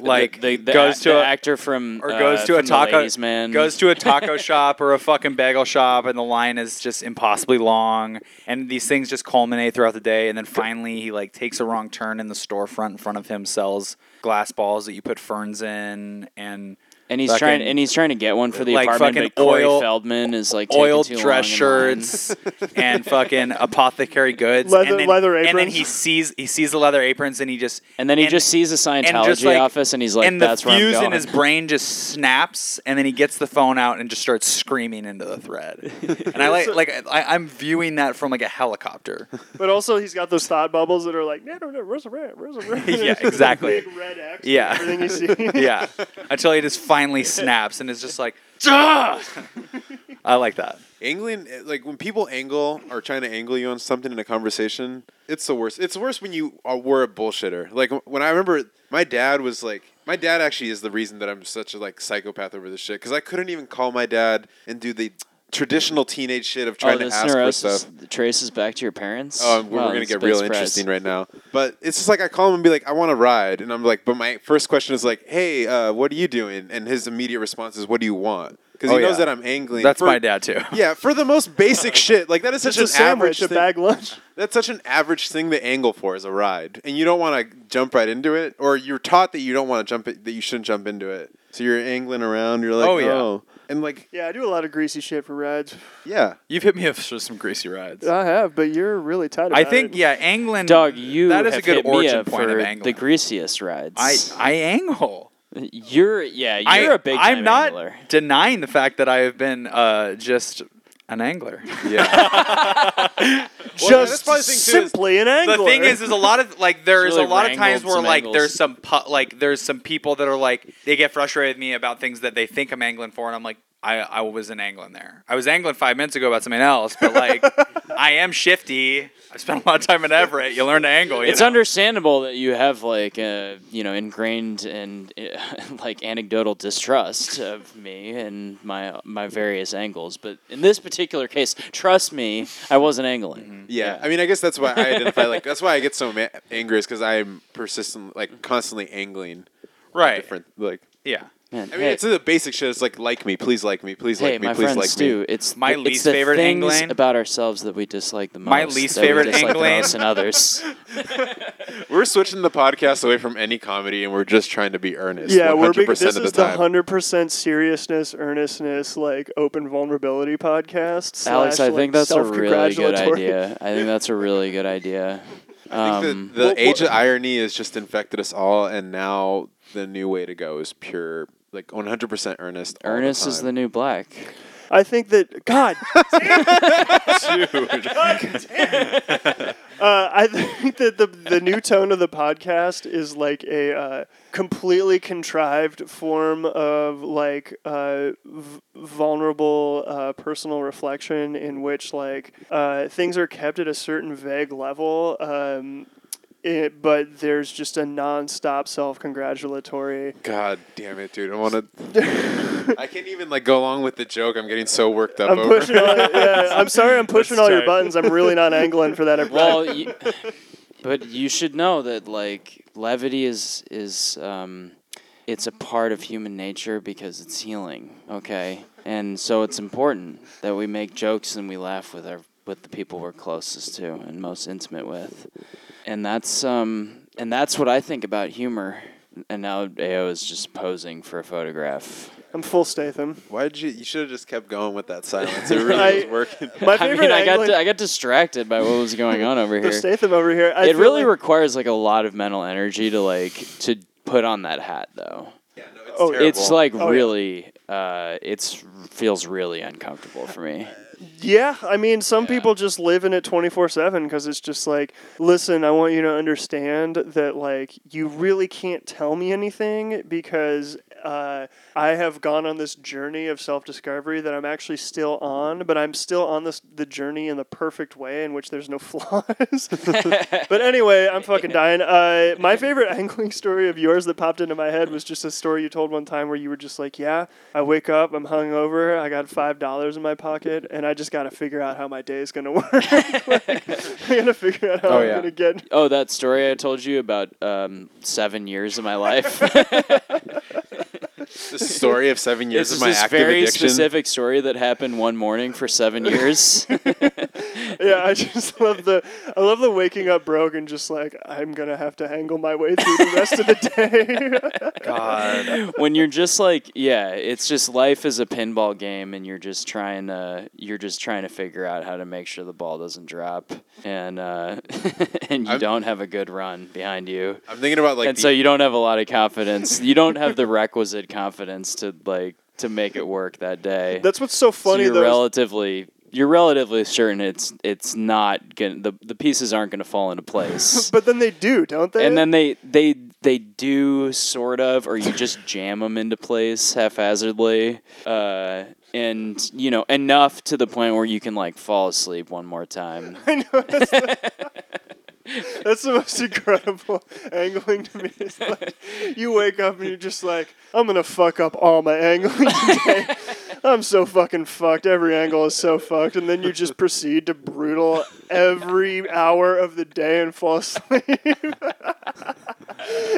Speaker 3: like
Speaker 1: the, the, the
Speaker 3: goes
Speaker 1: a-
Speaker 3: to
Speaker 1: the
Speaker 3: a,
Speaker 1: actor from
Speaker 3: or
Speaker 1: uh,
Speaker 3: goes to a
Speaker 1: from The
Speaker 3: taco
Speaker 1: Ladies man
Speaker 3: goes to a taco shop or a fucking bagel shop and the line is just impossibly long and these things just culminate throughout the day and then finally he like takes a wrong turn in the storefront in front of him sells glass balls that you put ferns in and
Speaker 1: and he's
Speaker 3: fucking
Speaker 1: trying and he's trying to get one for the
Speaker 3: like
Speaker 1: apartment.
Speaker 3: fucking
Speaker 1: But Corey
Speaker 3: oil-
Speaker 1: Feldman is like taking
Speaker 3: oiled
Speaker 1: too
Speaker 3: dress
Speaker 1: long in line.
Speaker 3: shirts and fucking apothecary goods
Speaker 2: Leather-
Speaker 3: and then,
Speaker 2: leather
Speaker 3: and then
Speaker 2: aprons.
Speaker 3: he sees he sees the leather aprons and he just
Speaker 1: And then he just sees the
Speaker 3: and
Speaker 1: Scientology
Speaker 3: just, like-
Speaker 1: office, and he's like,
Speaker 3: and
Speaker 1: "That's
Speaker 3: the
Speaker 1: where I'm
Speaker 3: fuse
Speaker 1: going." Oh,
Speaker 3: in his brain just snaps, and then he gets the phone out and just starts screaming into the thread. and I like, like I, I'm viewing that from like a helicopter.
Speaker 2: but also, he's got those thought bubbles that are like, no, no, no, where's the red? Where's the red?
Speaker 3: Yeah, exactly.
Speaker 2: Big red X. for
Speaker 3: Yeah.
Speaker 2: Everything you see.
Speaker 3: yeah, until he just finally snaps and is just like, "Duh!" I like that.
Speaker 4: Angling, eh, like when people angle or trying to angle you on something in a conversation, it's the worst. It's worse when you are, were a bullshitter. Like wh- when I remember, my dad was like, my dad actually is the reason that I'm such a like psychopath over this shit because I couldn't even call my dad and do the traditional teenage shit of trying
Speaker 1: oh,
Speaker 4: to
Speaker 1: this
Speaker 4: ask for
Speaker 1: neurosis
Speaker 4: stuff.
Speaker 1: traces back to your parents.
Speaker 4: Oh, we're,
Speaker 1: Wow,
Speaker 4: we're gonna
Speaker 1: that's
Speaker 4: get
Speaker 1: big
Speaker 4: real
Speaker 1: surprise.
Speaker 4: interesting right now. But it's just like I call him and be like, "I want to ride," and I'm like, "But my first question is like, hey, uh, what are you doing?" And his immediate response is, "What do you want?" Because he
Speaker 3: Oh,
Speaker 4: knows
Speaker 3: yeah.
Speaker 4: that I'm angling.
Speaker 3: That's
Speaker 4: for-
Speaker 3: my dad too.
Speaker 4: Yeah, for the most basic shit, like that is such
Speaker 2: Just a
Speaker 4: an average
Speaker 2: sandwich, a
Speaker 4: thing.
Speaker 2: bag lunch.
Speaker 4: That's such an average thing to angle for is a ride, and you don't want to jump right into it, or you're taught that you don't want to jump it, that you shouldn't jump into it. So you're angling around. You're like,
Speaker 3: Oh,
Speaker 4: oh
Speaker 3: yeah.
Speaker 4: and like,
Speaker 2: Yeah, I do a lot of greasy shit for rides.
Speaker 4: yeah,
Speaker 3: You've hit me up for some greasy rides.
Speaker 2: I have, but you're really tight. About
Speaker 3: I think
Speaker 2: It.
Speaker 3: yeah, angling.
Speaker 1: Uh, Doug, you
Speaker 3: that is
Speaker 1: have
Speaker 3: a good
Speaker 1: hit
Speaker 3: origin
Speaker 1: me up
Speaker 3: point
Speaker 1: for
Speaker 3: of
Speaker 1: the
Speaker 3: angling.
Speaker 1: greasiest rides.
Speaker 3: I I angle.
Speaker 1: you're yeah, you're
Speaker 3: I,
Speaker 1: a big.
Speaker 3: I'm
Speaker 1: time
Speaker 3: not
Speaker 1: angler.
Speaker 3: denying the fact that I have been uh, just an angler.
Speaker 4: yeah.
Speaker 2: Just
Speaker 4: yeah, that's probably the thing, too, is-
Speaker 2: simply an angler.
Speaker 3: the thing is, is a lot of like there's
Speaker 1: really
Speaker 3: a lot of
Speaker 1: wrangled
Speaker 3: times where
Speaker 1: some
Speaker 3: like
Speaker 1: angles.
Speaker 3: there's some pu- like there's some people that are like they get frustrated with me about things that they think I'm angling for, and I'm like. I, I wasn't angling there. I was angling five minutes ago about something else, but like I am shifty. I spent a lot of time in Everett. You learn to angle. You
Speaker 1: It's
Speaker 3: know?
Speaker 1: understandable that you have like uh, you know ingrained and uh, like anecdotal distrust of me and my my various angles, but in this particular case, trust me, I wasn't angling.
Speaker 4: Yeah. I mean, I guess that's why I identify. Like, that's why I get so ma- angry is because I'm persistent, like constantly angling
Speaker 3: right.
Speaker 4: different. Like,
Speaker 3: Yeah.
Speaker 1: Man,
Speaker 4: I mean,
Speaker 1: hey,
Speaker 4: it's the basic shit. It's like, like me, please like me, please
Speaker 1: hey,
Speaker 4: like me,
Speaker 1: my
Speaker 4: please
Speaker 1: friend
Speaker 4: like
Speaker 1: Stu,
Speaker 4: me.
Speaker 1: it's
Speaker 3: My
Speaker 1: it's
Speaker 3: least
Speaker 1: the
Speaker 3: favorite
Speaker 1: things
Speaker 3: Anglane.
Speaker 1: about ourselves that we dislike the most.
Speaker 3: My least
Speaker 1: that we
Speaker 3: favorite
Speaker 1: dislike the
Speaker 3: Anglane.
Speaker 1: most in others.
Speaker 4: We're switching the podcast away from any comedy, and we're just trying to be earnest.
Speaker 2: Yeah, we're
Speaker 4: 100%
Speaker 2: big,
Speaker 4: of
Speaker 2: this
Speaker 4: the
Speaker 2: is the
Speaker 4: time.
Speaker 2: hundred percent seriousness, earnestness, like open vulnerability podcast.
Speaker 1: Alex,
Speaker 2: slash,
Speaker 1: I think
Speaker 2: like,
Speaker 1: that's a really good
Speaker 2: self-congratulatory.
Speaker 1: idea. I think that's a really good idea.
Speaker 4: I think
Speaker 1: Um,
Speaker 4: the, the
Speaker 2: Well,
Speaker 4: age of
Speaker 2: well-
Speaker 4: irony has just infected us all, and now the new way to go is pure, like 100% earnest. all
Speaker 1: Ernest is the
Speaker 4: time.
Speaker 1: new black.
Speaker 2: I think that God.
Speaker 4: Dude.
Speaker 2: Uh, I think that the the new tone of the podcast is like a uh, completely contrived form of like uh, v- vulnerable uh, personal reflection, in which like uh, things are kept at a certain vague level. Um, it, but there's just a nonstop self-congratulatory.
Speaker 4: God damn it, dude! I want to. I can't even like go along with the joke. I'm getting so worked up
Speaker 2: I'm
Speaker 4: over.
Speaker 2: pushing. All, yeah, I'm sorry. I'm pushing all your
Speaker 5: tight.
Speaker 2: buttons. I'm really not angling for that.
Speaker 1: Well, you, but you should know that like levity is is um, it's a part of human nature because it's healing. Okay, and so it's important that we make jokes and we laugh with our with the people we're closest to and most intimate with, and that's um and that's what I think about humor. And now Ao is just posing for a photograph.
Speaker 2: I'm full Statham.
Speaker 4: Why did you? You should have just kept going with that silence. It really
Speaker 2: I-
Speaker 4: was working.
Speaker 2: My
Speaker 1: I
Speaker 2: favorite
Speaker 1: mean, I got
Speaker 2: angling-
Speaker 1: di- I got distracted by what was going on over
Speaker 2: the
Speaker 1: here.
Speaker 2: Statham over here. I
Speaker 1: it
Speaker 2: feel
Speaker 1: really
Speaker 2: like-
Speaker 1: requires like a lot of mental energy to like to put on that hat though
Speaker 4: Yeah, no, it's
Speaker 2: Oh,
Speaker 4: terrible.
Speaker 1: it's like
Speaker 2: Oh, yeah.
Speaker 1: really uh it's feels really uncomfortable for me
Speaker 2: Yeah, I mean, some
Speaker 1: Yeah.
Speaker 2: people just live in it 24 7 because it's just like, listen, I want you to understand that, like, you really can't tell me anything because uh, I have gone on this journey of self discovery that I'm actually still on, but I'm still on this the journey in the perfect way in which there's no flaws. but anyway, I'm fucking dying. Uh, my favorite angling story of yours that popped into my head was just a story you told one time where you were just like, "Yeah, I wake up, I'm hungover, I got five dollars in my pocket, and I just got to figure out how my day is gonna work. like, I gotta figure out how
Speaker 3: Oh,
Speaker 2: I'm
Speaker 3: yeah.
Speaker 2: gonna get."
Speaker 1: oh that story i told you about um seven years of my life
Speaker 4: the story of seven years
Speaker 1: this is
Speaker 4: of my
Speaker 1: this
Speaker 4: active
Speaker 1: very
Speaker 4: addiction.
Speaker 1: specific story that happened one morning for seven years
Speaker 2: Yeah, I just love the I love the waking up broke and just like I'm gonna have to angle my way through the rest of the day.
Speaker 4: God,
Speaker 1: when you're just like yeah it's just life is a pinball game and you're just trying to you're just trying to figure out how to make sure the ball doesn't drop and uh and you
Speaker 4: I'm-
Speaker 1: don't have a good run behind you
Speaker 4: I'm thinking about like
Speaker 1: and
Speaker 4: the
Speaker 1: so you don't have a lot of confidence you don't have the requisite confidence to like to make it work that day
Speaker 2: That's what's so
Speaker 1: So
Speaker 2: funny
Speaker 1: you're
Speaker 2: though. is-
Speaker 1: relatively you're relatively certain it's it's not gonna the, the pieces aren't gonna fall into place
Speaker 2: but then they do, don't they?
Speaker 1: and then they they they do sort of or you just jam them into place haphazardly uh, and you know enough to the point where you can like fall asleep one more time
Speaker 2: That's the most incredible angling to me. It's like you wake up and you're just like, I'm gonna fuck up all my angling today. I'm so fucking fucked. Every angle is so fucked, and then you just proceed to brutal every hour of the day and fall asleep. and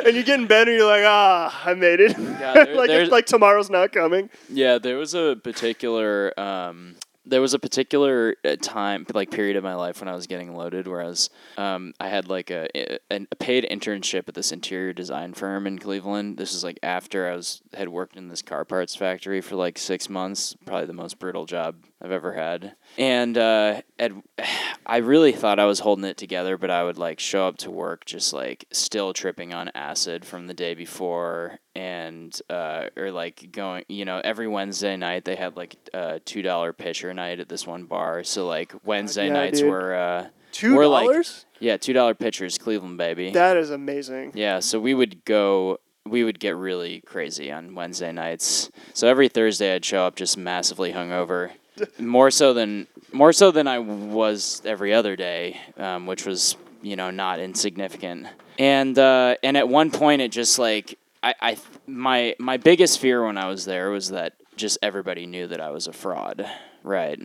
Speaker 2: you get in bed and you're like, ah, I made it.
Speaker 1: there-
Speaker 2: like
Speaker 1: there's-
Speaker 2: it's like tomorrow's not coming.
Speaker 1: yeah there was a particular um, there was a particular uh, time like period of my life when i was getting loaded where i was um, i had like a, a, a paid internship at this interior design firm in cleveland this is like after i was had worked in this car parts factory for like six months probably the most brutal job i've ever had and uh, at, i really thought i was holding it together but i would like show up to work just like still tripping on acid from the day before and uh, or like going you know every wednesday night they had like a two dollar pitcher night at this one bar so like wednesday
Speaker 2: yeah,
Speaker 1: nights
Speaker 2: dude.
Speaker 1: were uh,
Speaker 2: Two
Speaker 1: we're like,
Speaker 2: dollars?
Speaker 1: yeah, two dollar pitchers, Cleveland baby.
Speaker 2: That is amazing.
Speaker 1: yeah, so we would go. We would get really crazy on Wednesday nights. So every Thursday, I'd show up just massively hungover, more so than more so than I was every other day, um, which was you know not insignificant. And uh, and at one point, it just like I, I my my biggest fear when I was there was that just everybody knew that I was a fraud, right?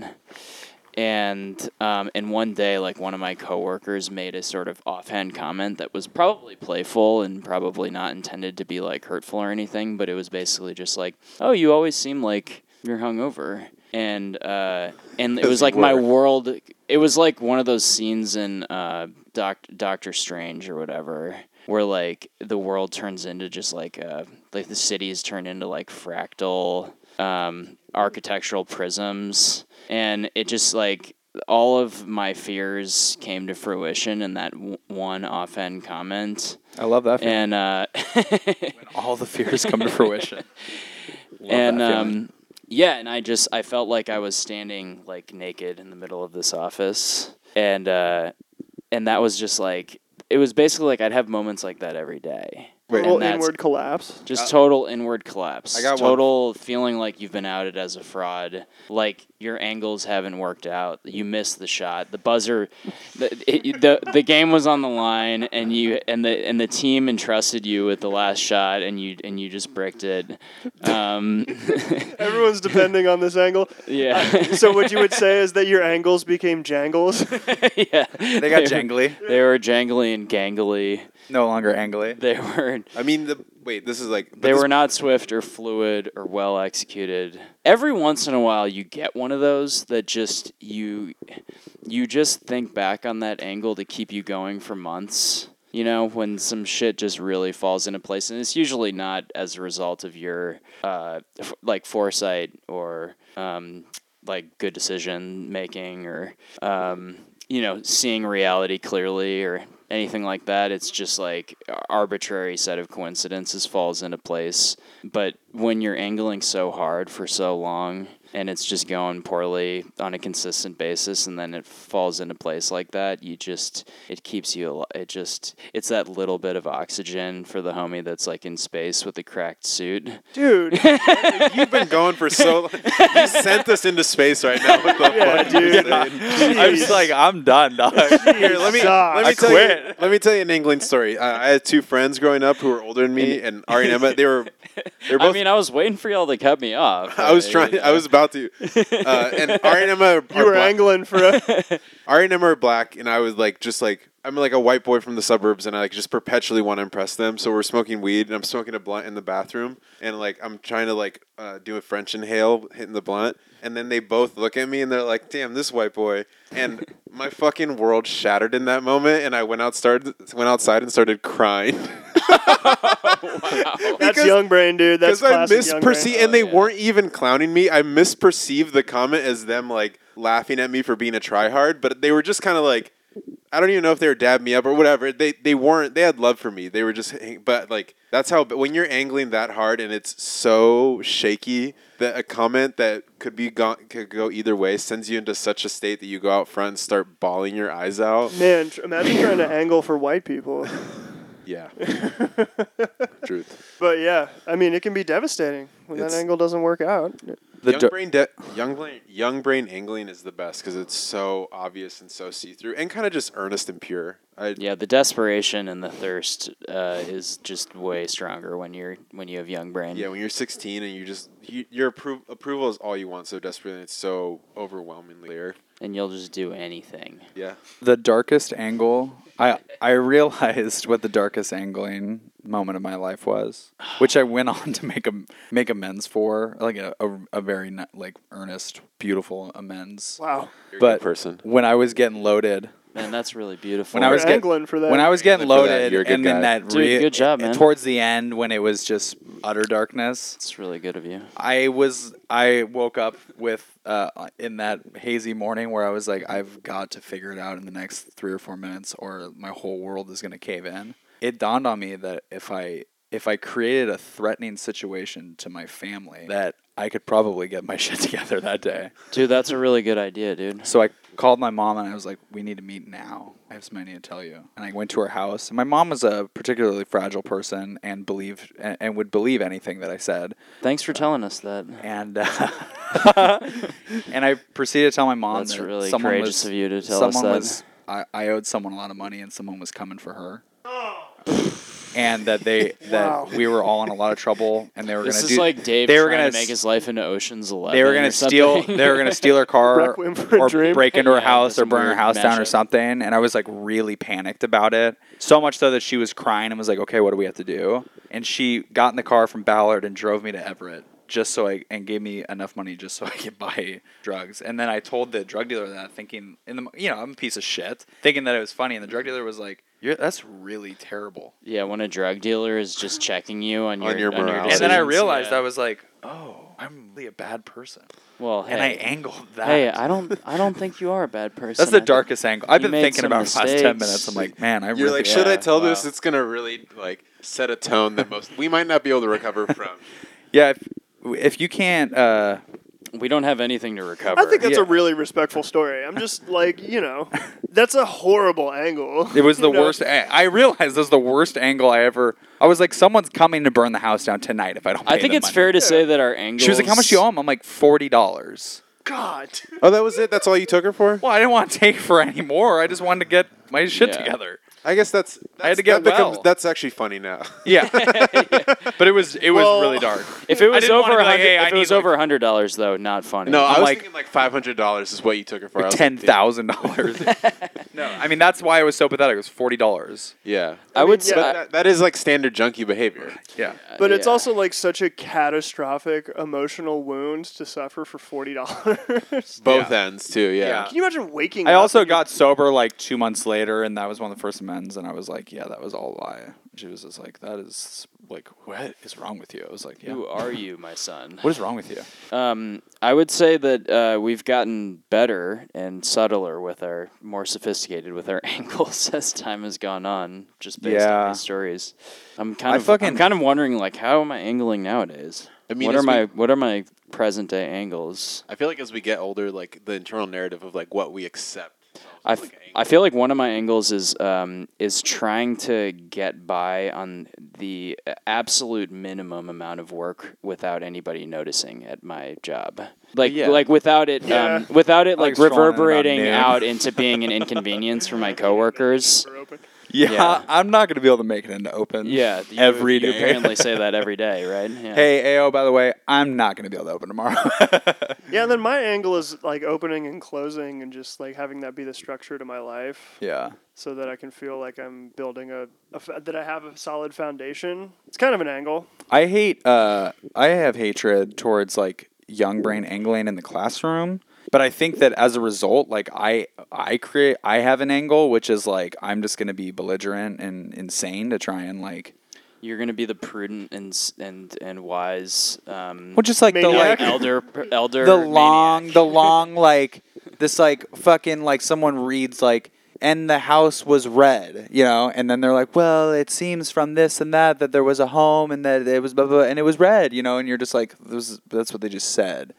Speaker 1: and um, and one day like one of my coworkers made a sort of offhand comment that was probably playful and probably not intended to be like hurtful or anything but it was basically just like oh you always seem like you're hungover and uh, and it was like my world it was like one of those scenes in uh, Doc- doctor strange or whatever where like the world turns into just like uh, like the cities turn into like fractal um, architectural prisms and it just like all of my fears came to fruition in that w- one offhand comment
Speaker 3: I love that. feeling.
Speaker 1: and uh
Speaker 3: all the fears come to fruition.
Speaker 1: and
Speaker 3: that
Speaker 1: um yeah and i just i felt like i was standing like naked in the middle of this office and uh and that was just like it was basically like i'd have moments like that every day
Speaker 4: Wait.
Speaker 2: Total
Speaker 1: And that's-
Speaker 2: inward collapse.
Speaker 1: Just total inward collapse.
Speaker 4: Uh, I got one.
Speaker 1: total feeling like you've been outed as a fraud. Like your angles haven't worked out. You missed the shot. The buzzer, the it, the, the game was on the line, and you and the and the team entrusted you with the last shot, and you and you just bricked it. Um,
Speaker 2: Everyone's depending on this angle.
Speaker 1: yeah,
Speaker 2: So what you would say is that your angles became jangles.
Speaker 1: yeah.
Speaker 3: They got jangly.
Speaker 1: They were jangly and gangly.
Speaker 3: No longer angly.
Speaker 1: They were
Speaker 4: I mean, the wait. This is like but
Speaker 1: they
Speaker 4: this-
Speaker 1: were not swift or fluid or well executed. Every once in a while you get one of those that just you you just think back on that angle to keep you going for months. You know, when some shit just really falls into place and it's usually not as a result of your uh f- like foresight or um like good decision making or um you know, seeing reality clearly or anything like that. It's just like a- arbitrary set of coincidences falls into place. But when you're angling so hard for so long and it's just going poorly on a consistent basis and then it falls into place like that, you just it keeps you al- it just it's that little bit of oxygen for the homie that's like in space with a cracked suit.
Speaker 2: Dude,
Speaker 4: You've been going for so. long. you sent us into space right now. What the
Speaker 2: Yeah,
Speaker 4: fuck, is
Speaker 2: dude.
Speaker 4: that?
Speaker 3: I'm just like, I'm done, dog.
Speaker 4: Here, let me,
Speaker 2: Sucks.
Speaker 4: let
Speaker 2: I
Speaker 4: me tell you.
Speaker 3: quit.
Speaker 4: Let me tell you an angling story. I, I had two friends growing up who were older than me, and Ari and Emma. They were, they were both.
Speaker 1: I mean, I was waiting for y'all to cut me off.
Speaker 4: I was
Speaker 1: but,
Speaker 4: trying.
Speaker 1: you
Speaker 4: I was about to. Uh, and Ari and Emma.
Speaker 2: you were angling for a.
Speaker 4: Ari and Emma are black, and I was like, just like I'm like a white boy from the suburbs, and I like just perpetually want to impress them. So we're smoking weed, and I'm smoking a blunt in the bathroom, and like I'm trying to like uh, do a French inhale, hitting the blunt, and then they both look at me, and they're like, "Damn, this white boy!" And my fucking world shattered in that moment, and I went out started went outside and started crying.
Speaker 2: That's
Speaker 4: Because-
Speaker 2: young brain, dude. That's
Speaker 4: Because I
Speaker 2: classic young brain.
Speaker 4: misperceived, and they
Speaker 1: Oh, yeah.
Speaker 4: weren't even clowning me. I misperceived the comment as them like laughing at me for being a tryhard, but they were just kind of like, I don't even know if they were dabbing me up or whatever. They they weren't. They had love for me. They were just, but like that's how. But when you're angling that hard and it's so shaky that a comment that could be gone could go either way sends you into such a state that you go out front and start bawling your eyes out.
Speaker 2: Man, tr- imagine trying to angle for white people.
Speaker 4: Yeah, truth.
Speaker 2: But yeah, I mean, it can be devastating when
Speaker 4: It's-
Speaker 2: that angle doesn't work out.
Speaker 3: The
Speaker 4: young
Speaker 3: dir-
Speaker 4: brain de- young brain young brain angling is the best because it's so obvious and so see through and kind of just earnest and pure. I,
Speaker 1: Yeah, the desperation and the thirst uh, is just way stronger when you're when you have young brain.
Speaker 4: Yeah, when you're 16 and you just you, your appro- approval is all you want so desperately, and it's so overwhelmingly clear.
Speaker 1: and you'll just do anything.
Speaker 4: Yeah,
Speaker 3: the darkest angle i i realized what the darkest angling moment of my life was which i went on to make a make amends for like a, a, a very ni- like earnest beautiful amends
Speaker 2: Wow.
Speaker 4: you're a
Speaker 3: but
Speaker 4: good person.
Speaker 3: when i was getting loaded
Speaker 1: Man, that's really beautiful.
Speaker 3: when I was
Speaker 2: You're
Speaker 3: get-
Speaker 2: angling for that.
Speaker 3: when I was getting
Speaker 4: Thank you for that.
Speaker 3: loaded,
Speaker 4: You're a good
Speaker 3: and then
Speaker 4: guy.
Speaker 3: that
Speaker 1: Dude,
Speaker 3: re-
Speaker 1: good job, man.
Speaker 3: towards the end when it was just utter darkness,
Speaker 1: it's really good of you.
Speaker 3: I was I woke up with uh, in that hazy morning where I was like, I've got to figure it out in the next three or four minutes, or my whole world is gonna cave in. It dawned on me that if I if I created a threatening situation to my family, that I could probably get my shit together that day.
Speaker 1: Dude, that's a really good idea, dude.
Speaker 3: So I called my mom and I was like, "We need to meet now. I have something I need to tell you." And I went to her house. And my mom was a particularly fragile person and believed and, and would believe anything that I said
Speaker 1: Thanks for telling us that.
Speaker 3: and uh, and I proceeded to tell my mom
Speaker 1: That's
Speaker 3: that
Speaker 1: really
Speaker 3: someone
Speaker 1: courageous
Speaker 3: was,
Speaker 1: of you to tell us
Speaker 3: someone
Speaker 1: that.
Speaker 3: was I, I owed someone a lot of money and someone was coming for her. And that they that
Speaker 2: Wow.
Speaker 3: we were all in a lot of trouble and they were
Speaker 1: This
Speaker 3: gonna
Speaker 1: is
Speaker 3: do
Speaker 1: like Dave
Speaker 3: they were
Speaker 1: trying
Speaker 3: gonna
Speaker 1: to make
Speaker 3: s-
Speaker 1: his life into Ocean's Eleven.
Speaker 3: they were
Speaker 1: going
Speaker 3: gonna
Speaker 1: to
Speaker 3: steal they were gonna steal her car
Speaker 2: Requiem for a
Speaker 3: or
Speaker 2: Dream?
Speaker 3: break into her
Speaker 1: Yeah,
Speaker 3: house or
Speaker 1: some
Speaker 3: burn her
Speaker 1: weird
Speaker 3: house down or
Speaker 1: mashup.
Speaker 3: something and I was like really panicked about it so much so that she was crying and was like okay what do we have to do and she got in the car from Ballard and drove me to Everett just so I and gave me enough money just so I could buy drugs and then I told the drug dealer that thinking in the you know I'm a piece of shit thinking that it was funny and the drug dealer was like you're that's really terrible
Speaker 1: yeah, when a drug dealer is just checking you on your
Speaker 4: On your
Speaker 1: on
Speaker 4: morale.
Speaker 3: and then I
Speaker 1: decisions,
Speaker 3: realized
Speaker 1: yeah.
Speaker 3: I was like oh I'm really a bad person
Speaker 1: well, hey,
Speaker 3: and I angled that
Speaker 1: hey, I don't, I don't think you are a bad person.
Speaker 3: That's
Speaker 1: I
Speaker 3: the
Speaker 1: think-
Speaker 3: darkest angle. I've
Speaker 1: you
Speaker 3: been
Speaker 1: made
Speaker 3: thinking
Speaker 1: some
Speaker 3: about it for the last ten
Speaker 1: mistakes.
Speaker 3: minutes. I'm like, man, I
Speaker 4: You're
Speaker 3: really
Speaker 4: like, should I
Speaker 1: Yeah,
Speaker 4: tell this?
Speaker 1: wow.
Speaker 4: It's gonna really like set a tone that most we might not be able to recover from.
Speaker 3: yeah. If, if you can't, uh,
Speaker 1: we don't have anything to recover.
Speaker 2: I think that's
Speaker 3: Yeah.
Speaker 2: a really respectful story. I'm just like, you know, that's a horrible angle.
Speaker 3: It was the
Speaker 2: You know?
Speaker 3: worst. a- I realized this was the worst angle I ever. I was like, someone's coming to burn the house down tonight if I don't. Pay
Speaker 1: I think
Speaker 3: them
Speaker 1: it's
Speaker 3: money.
Speaker 1: fair to say that our angles.
Speaker 3: She was like, "How much do you owe him?" I'm like, 40 dollars."
Speaker 2: God.
Speaker 4: Oh, that was it. That's all you took her for.
Speaker 3: Well, I didn't want to take for any more. I just wanted to get my shit
Speaker 1: Yeah.
Speaker 3: together.
Speaker 4: I guess that's. that's
Speaker 3: I had to get
Speaker 4: that becomes-
Speaker 3: well.
Speaker 4: That's actually funny now.
Speaker 3: Yeah, but it was it was
Speaker 2: Well-
Speaker 3: really dark.
Speaker 1: If it
Speaker 3: I
Speaker 1: was
Speaker 3: didn't wanna
Speaker 1: over,
Speaker 3: be like,
Speaker 1: 100
Speaker 3: "Hey, I
Speaker 1: if it was
Speaker 3: need, like,
Speaker 1: over hundred dollars though, not funny.
Speaker 4: No, i was
Speaker 3: like-
Speaker 4: thinking like five hundred dollars is what you took her for. I was like,
Speaker 3: ten thousand dollars. no, I mean that's why it was so pathetic. It was forty dollars.
Speaker 4: Yeah,
Speaker 1: I would
Speaker 2: mean,
Speaker 1: say
Speaker 2: yeah,
Speaker 3: Uh,
Speaker 4: but that, that is like standard junkie behavior.
Speaker 3: Yeah,
Speaker 2: But it's
Speaker 1: Yeah.
Speaker 2: also like such a catastrophic emotional wound to suffer for forty dollars.
Speaker 4: Both
Speaker 3: Yeah.
Speaker 4: ends too. Yeah.
Speaker 3: Yeah.
Speaker 2: Can you imagine waking
Speaker 3: I
Speaker 2: up?
Speaker 3: also got sober like two months later, and that was one of the first amends. And I was like, "Yeah, that was all a lie." She was just like, "That is like, what is wrong with you?" I was like, "Yeah,
Speaker 1: who are you, my son?
Speaker 3: what is wrong with you?"
Speaker 1: Um, I would say that uh, we've gotten better and subtler with our more sophisticated with our angles as time has gone on, just based on
Speaker 3: Yeah.
Speaker 1: these stories. I'm kind
Speaker 3: I
Speaker 1: of I'm
Speaker 3: fucking-
Speaker 1: kind of wondering like how am I angling nowadays?
Speaker 4: I mean,
Speaker 1: what are
Speaker 4: as we-
Speaker 1: my what are my present day angles?
Speaker 4: I feel like as we get older, like the internal narrative of like what we accept.
Speaker 1: I, f- I feel like one of my angles is um, is trying to get by on the absolute minimum amount of work without anybody noticing at my job. Like
Speaker 4: Yeah.
Speaker 1: like without it
Speaker 2: Yeah.
Speaker 1: um, without it
Speaker 3: Like
Speaker 1: like,
Speaker 3: strolling in about
Speaker 1: reverberating
Speaker 3: noon.
Speaker 1: out into being an inconvenience for my coworkers.
Speaker 2: We're open.
Speaker 3: Yeah,
Speaker 1: Yeah.
Speaker 3: I'm not gonna be able to make it into open.
Speaker 1: Yeah, you,
Speaker 3: every
Speaker 1: you
Speaker 3: day.
Speaker 1: apparently say that every day, right? Yeah.
Speaker 3: Hey, Ao. By the way, I'm not gonna be able to open tomorrow.
Speaker 2: Yeah, and then my angle is like opening and closing and just like having that be the structure to my life
Speaker 3: yeah,
Speaker 2: so that I can feel like I'm building a, a fa- that I have a solid foundation. It's kind of an angle.
Speaker 3: I hate. Uh, I have hatred towards like young brain angling in the classroom. But I think that as a result, like I, I create, I have an angle which is like I'm just gonna be belligerent and insane to try and like,
Speaker 1: You're gonna be the prudent and s- and and wise. Um,
Speaker 3: well, just like the
Speaker 2: Maniac.
Speaker 3: like
Speaker 1: elder elder
Speaker 3: the
Speaker 1: maniac.
Speaker 3: long the long like this like fucking like someone reads like and the house was red you know and then they're like well it seems from this and that that there was a home and that it was blah blah and it was red you know and you're just like this is, that's what they just said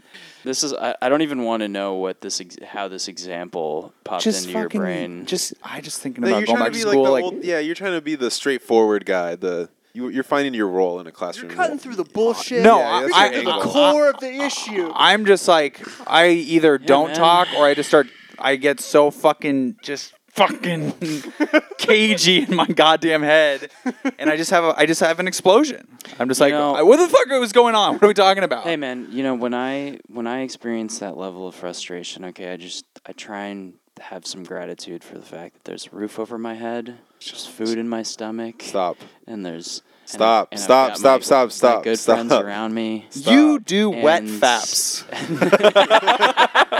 Speaker 1: This is I, I don't even want to know what this ex- how this example popped
Speaker 3: just
Speaker 1: into your
Speaker 3: fucking
Speaker 1: brain.
Speaker 3: just i just thinking
Speaker 4: No,
Speaker 3: about
Speaker 4: you're
Speaker 3: going
Speaker 4: trying
Speaker 3: back
Speaker 4: to
Speaker 3: to
Speaker 4: be
Speaker 3: school
Speaker 4: like, the
Speaker 3: like,
Speaker 4: old, yeah, you're trying to be the straightforward guy. The you, you're finding your role in a classroom.
Speaker 2: You're cutting through the bullshit.
Speaker 3: no
Speaker 4: Yeah,
Speaker 3: I,
Speaker 4: that's
Speaker 3: I,
Speaker 4: your
Speaker 2: to the
Speaker 4: angle.
Speaker 2: core of the issue.
Speaker 3: I'm just like I either don't
Speaker 1: man.
Speaker 3: talk or I just start. I get so fucking just fucking cagey in my goddamn head, and I just have a I just have an explosion. I'm just like,
Speaker 1: know-
Speaker 3: what the fuck was going on? What are we talking about?
Speaker 1: hey man, you know when I when I experience that level of frustration, okay, I just I try and have some gratitude for the fact that there's a roof over my head, there's food in my stomach,
Speaker 4: Stop.
Speaker 1: and there's and
Speaker 4: Stop,
Speaker 1: I've- and I've
Speaker 4: stop,
Speaker 1: got
Speaker 4: stop,
Speaker 1: my-
Speaker 4: stop,
Speaker 1: my
Speaker 4: stop,
Speaker 1: Good
Speaker 4: stop.
Speaker 1: friends around me.
Speaker 3: you do wet
Speaker 1: And-
Speaker 3: faps.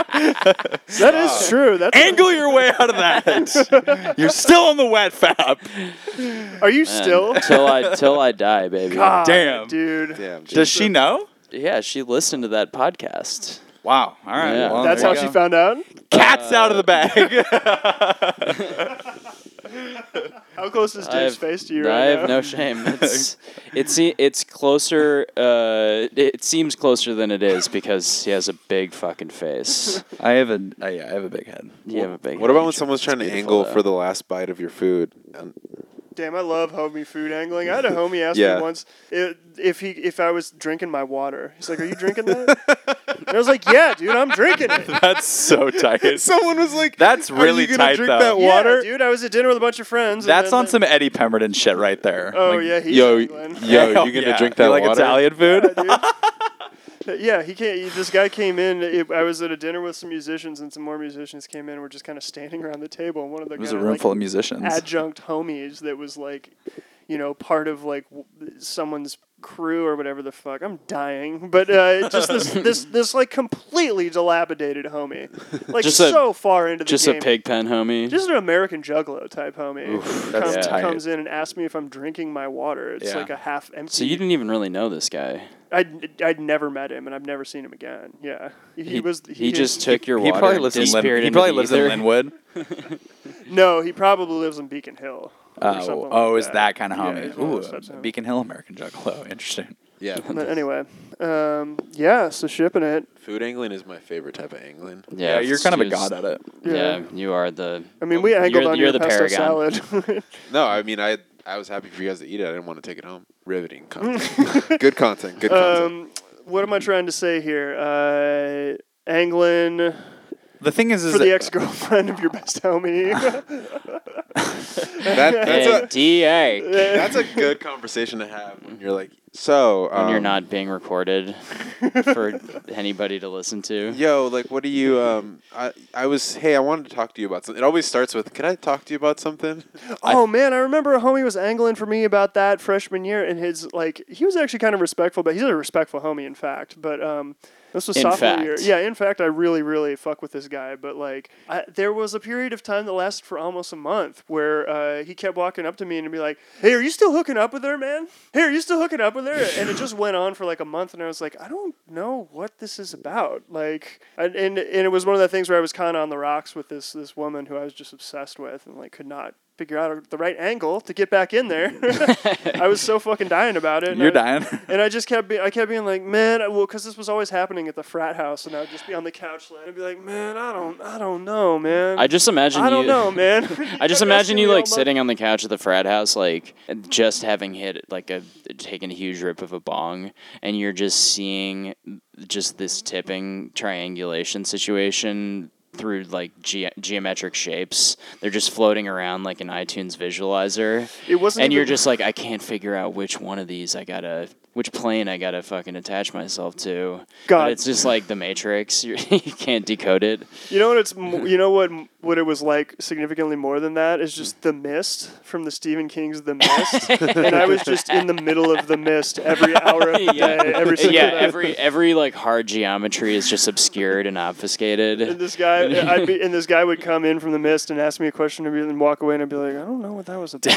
Speaker 2: That is true. That's
Speaker 3: Angle your way out of that. You're still on the wet fap.
Speaker 2: Are you
Speaker 1: Man,
Speaker 2: still?
Speaker 1: till I till I die, baby.
Speaker 2: God,
Speaker 3: Damn.
Speaker 2: dude.
Speaker 4: Damn. dude.
Speaker 3: Does she know?
Speaker 1: Yeah, she listened to that podcast.
Speaker 3: Wow. All right.
Speaker 1: Yeah.
Speaker 3: well,
Speaker 2: That's
Speaker 3: there
Speaker 2: how
Speaker 3: you
Speaker 2: she
Speaker 3: go.
Speaker 2: found out.
Speaker 3: cats out of the bag.
Speaker 2: How close is
Speaker 1: I
Speaker 2: Dave's
Speaker 1: have-
Speaker 2: face to you
Speaker 1: I
Speaker 2: right
Speaker 1: have
Speaker 2: now?
Speaker 1: no shame. It's it's se- it's closer. Uh, it seems closer than it is because he has a big fucking face.
Speaker 3: I have a I, I have a big head.
Speaker 1: You have a big.
Speaker 4: What about when
Speaker 1: head.
Speaker 4: someone's trying to
Speaker 1: beautiful,
Speaker 4: angle
Speaker 1: though.
Speaker 4: for the last bite of your food? And
Speaker 2: Damn, I love homie food angling. I had a homie ask
Speaker 4: Yeah.
Speaker 2: me once if, if he if I was drinking my water. He's like, "Are you drinking that?" and I was like, "Yeah, dude, I'm drinking it."
Speaker 3: That's so tight.
Speaker 4: Someone was like,
Speaker 3: That's
Speaker 4: "Are you
Speaker 3: really
Speaker 4: gonna
Speaker 3: tight,
Speaker 4: drink
Speaker 3: though.
Speaker 4: that
Speaker 2: Yeah,
Speaker 4: water?"
Speaker 2: dude. I was at dinner with a bunch of friends. and
Speaker 3: That's
Speaker 2: then
Speaker 3: on
Speaker 2: the-
Speaker 3: some Eddie Pemberton shit right there.
Speaker 2: Oh
Speaker 3: Like,
Speaker 2: yeah, he's
Speaker 4: Yo,
Speaker 2: England.
Speaker 4: yo, you
Speaker 3: hell
Speaker 4: gonna
Speaker 3: yeah.
Speaker 4: drink that
Speaker 3: Oh, you like
Speaker 4: water?
Speaker 3: Italian food?
Speaker 2: dude. Yeah, he came. he- This guy came in. It, I was at a dinner with some musicians, and some more musicians came in. We're just kind of standing around the table, and one of the
Speaker 3: It was
Speaker 2: guy,
Speaker 3: a room
Speaker 2: like,
Speaker 3: full of musicians.
Speaker 2: adjunct homies that was like, you know, part of like w- someone's crew or whatever the fuck. I'm dying, but uh, just this this this like completely dilapidated homie, like
Speaker 1: Just a-
Speaker 2: so far into the
Speaker 1: Just
Speaker 2: game.
Speaker 1: a pig pen, homie.
Speaker 2: Just an American Juggalo type homie who
Speaker 3: that's
Speaker 2: comes,
Speaker 3: tight.
Speaker 2: comes in and asks me if I'm drinking my water. It's
Speaker 3: Yeah.
Speaker 2: like a half empty.
Speaker 1: so you didn't even really know this guy.
Speaker 2: I'd, I'd never met him and I've never seen him again. Yeah, he, was.
Speaker 1: He, just took your
Speaker 3: he
Speaker 1: water.
Speaker 3: probably lives
Speaker 1: and
Speaker 3: in Lin-
Speaker 1: disappeared
Speaker 3: He
Speaker 1: into
Speaker 3: probably
Speaker 1: the
Speaker 3: lives in
Speaker 1: ether.
Speaker 3: Linwood.
Speaker 2: No, he probably lives in Beacon Hill. or
Speaker 3: Oh,
Speaker 2: something
Speaker 3: oh,
Speaker 2: like
Speaker 3: is that kind of
Speaker 2: Yeah,
Speaker 3: homie?
Speaker 2: he's one of
Speaker 3: Ooh,
Speaker 2: those types of homies.
Speaker 3: Beacon Hill American Juggalo. Interesting.
Speaker 4: Yeah.
Speaker 2: But anyway, um, yeah. So shipping it.
Speaker 4: Food angling is my favorite type of angling.
Speaker 1: Yeah,
Speaker 3: Yeah, you're
Speaker 1: it's
Speaker 3: kind of a
Speaker 1: just-
Speaker 3: god at it.
Speaker 1: Yeah.
Speaker 2: Yeah.
Speaker 1: you are the.
Speaker 2: I mean, we
Speaker 1: You're-
Speaker 2: angled on
Speaker 1: you're
Speaker 2: your
Speaker 1: the
Speaker 2: pesto
Speaker 1: paragon.
Speaker 2: salad.
Speaker 4: No, I mean I I was happy for you guys to eat it. I didn't want to take it home. Riveting content. good content. Good content.
Speaker 2: um, what am I trying to say here? Uh, angling
Speaker 3: The thing is, is
Speaker 2: for the
Speaker 3: that-
Speaker 2: ex girlfriend of your best homie.
Speaker 4: that, that's
Speaker 1: Hey,
Speaker 4: a
Speaker 1: DA.
Speaker 4: that's a good conversation to have when you're like so um,
Speaker 1: When you're not being recorded for anybody to listen to.
Speaker 4: Yo, like, what do you? Um, I I was. Hey, I wanted to talk to you about something. It always starts with, "Can I talk to you about something?"
Speaker 2: Oh man, I remember a homie was angling for me about that freshman year, and his like he was actually kind of respectful, but he's a respectful homie in fact. But um, this was
Speaker 1: In
Speaker 2: sophomore
Speaker 1: fact.
Speaker 2: year. Yeah, in fact, I really really fuck with this guy. But like, I, there was a period of time that lasted for almost a month where uh, he kept walking up to me and be like, "Hey, are you still hooking up with her, man? Hey, are you still hooking up with her?" And it just went on for like a month, and I was like, I don't know what this is about. Like, and and, and it was one of the things where I was kind of on the rocks with this this woman who I was just obsessed with, and like could not figure out the right angle to get back in there. I was so fucking dying about it. and
Speaker 3: you're
Speaker 2: I-
Speaker 3: dying.
Speaker 2: And I just kept, be- I kept being like, man, I, well, because this was always happening at the frat house, and I would just be on the couch, and I'd be like, man, I don't, I don't know, man.
Speaker 1: I just imagine
Speaker 2: I don't
Speaker 1: you.
Speaker 2: know, man.
Speaker 1: I just
Speaker 2: Asking
Speaker 1: imagine you
Speaker 2: me all
Speaker 1: like
Speaker 2: my-
Speaker 1: sitting on the couch at the frat house, like just having hit like a taken a huge rip of a bong, and you're just seeing just this tipping triangulation situation through like ge- geometric shapes. They're just floating around like an iTunes visualizer,
Speaker 2: It wasn't.
Speaker 1: and
Speaker 2: even-
Speaker 1: you're just like, I can't figure out which one of these I gotta. Which plane I gotta fucking attach myself to?
Speaker 2: God.
Speaker 1: But it's just like the Matrix. You're, you can't decode it.
Speaker 2: You know what it's mo- you know what what it was like significantly more than that is just the mist from the Stephen King's The Mist, and I was just in the middle of the mist every hour of the
Speaker 1: Yeah.
Speaker 2: day, every single
Speaker 1: yeah,
Speaker 2: day.
Speaker 1: every every like hard geometry is just obscured and
Speaker 2: and
Speaker 1: obfuscated.
Speaker 2: this guy, I'd be, and this guy would come in from the mist and ask me a question and, be, and walk away, and I'd be like, I don't know what that was about.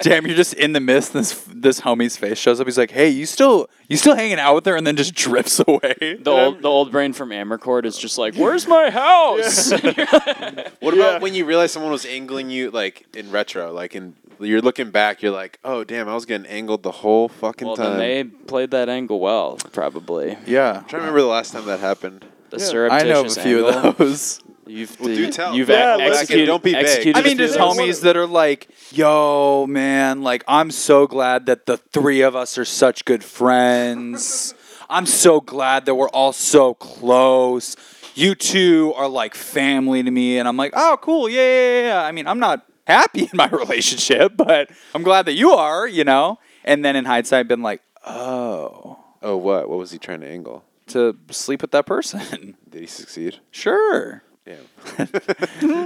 Speaker 3: Damn, you're just in the mist. This this homie's face shows up. He's like, "Hey, you still you still hanging out with her?" And then just drifts away.
Speaker 1: The old the old brain from Amercord is just like, "Where's my house?"
Speaker 4: What
Speaker 2: Yeah.
Speaker 4: about when you realize someone was angling you, like in retro, like in you're looking back, you're like, "Oh, damn, I was getting angled the whole fucking
Speaker 1: well, then
Speaker 4: time."
Speaker 1: they played that angle well, probably.
Speaker 3: Yeah,
Speaker 4: I'm trying to remember the last time that happened.
Speaker 1: The
Speaker 2: Yeah.
Speaker 1: surreptitious
Speaker 3: I know of a few
Speaker 1: angle.
Speaker 3: of those.
Speaker 1: You've
Speaker 4: Well, do tell.
Speaker 1: You've
Speaker 2: Yeah,
Speaker 1: ex-
Speaker 2: let's-
Speaker 1: executed.
Speaker 4: Don't be vague.
Speaker 1: executed
Speaker 4: I
Speaker 3: I
Speaker 1: a
Speaker 3: mean,
Speaker 1: few
Speaker 3: just
Speaker 1: of those.
Speaker 3: homies that are like, "Yo, man, like I'm so glad that the three of us are such good friends. I'm so glad that we're all so close. You two are like family to me." And I'm like, "Oh, cool, yeah, yeah, yeah." yeah." I mean, I'm not happy in my relationship, but I'm glad that you are. You know. And then in hindsight, been like, "Oh."
Speaker 4: Oh, what? What was he trying to angle?
Speaker 3: to sleep with that person.
Speaker 4: Did he succeed?
Speaker 3: Sure.
Speaker 4: Damn.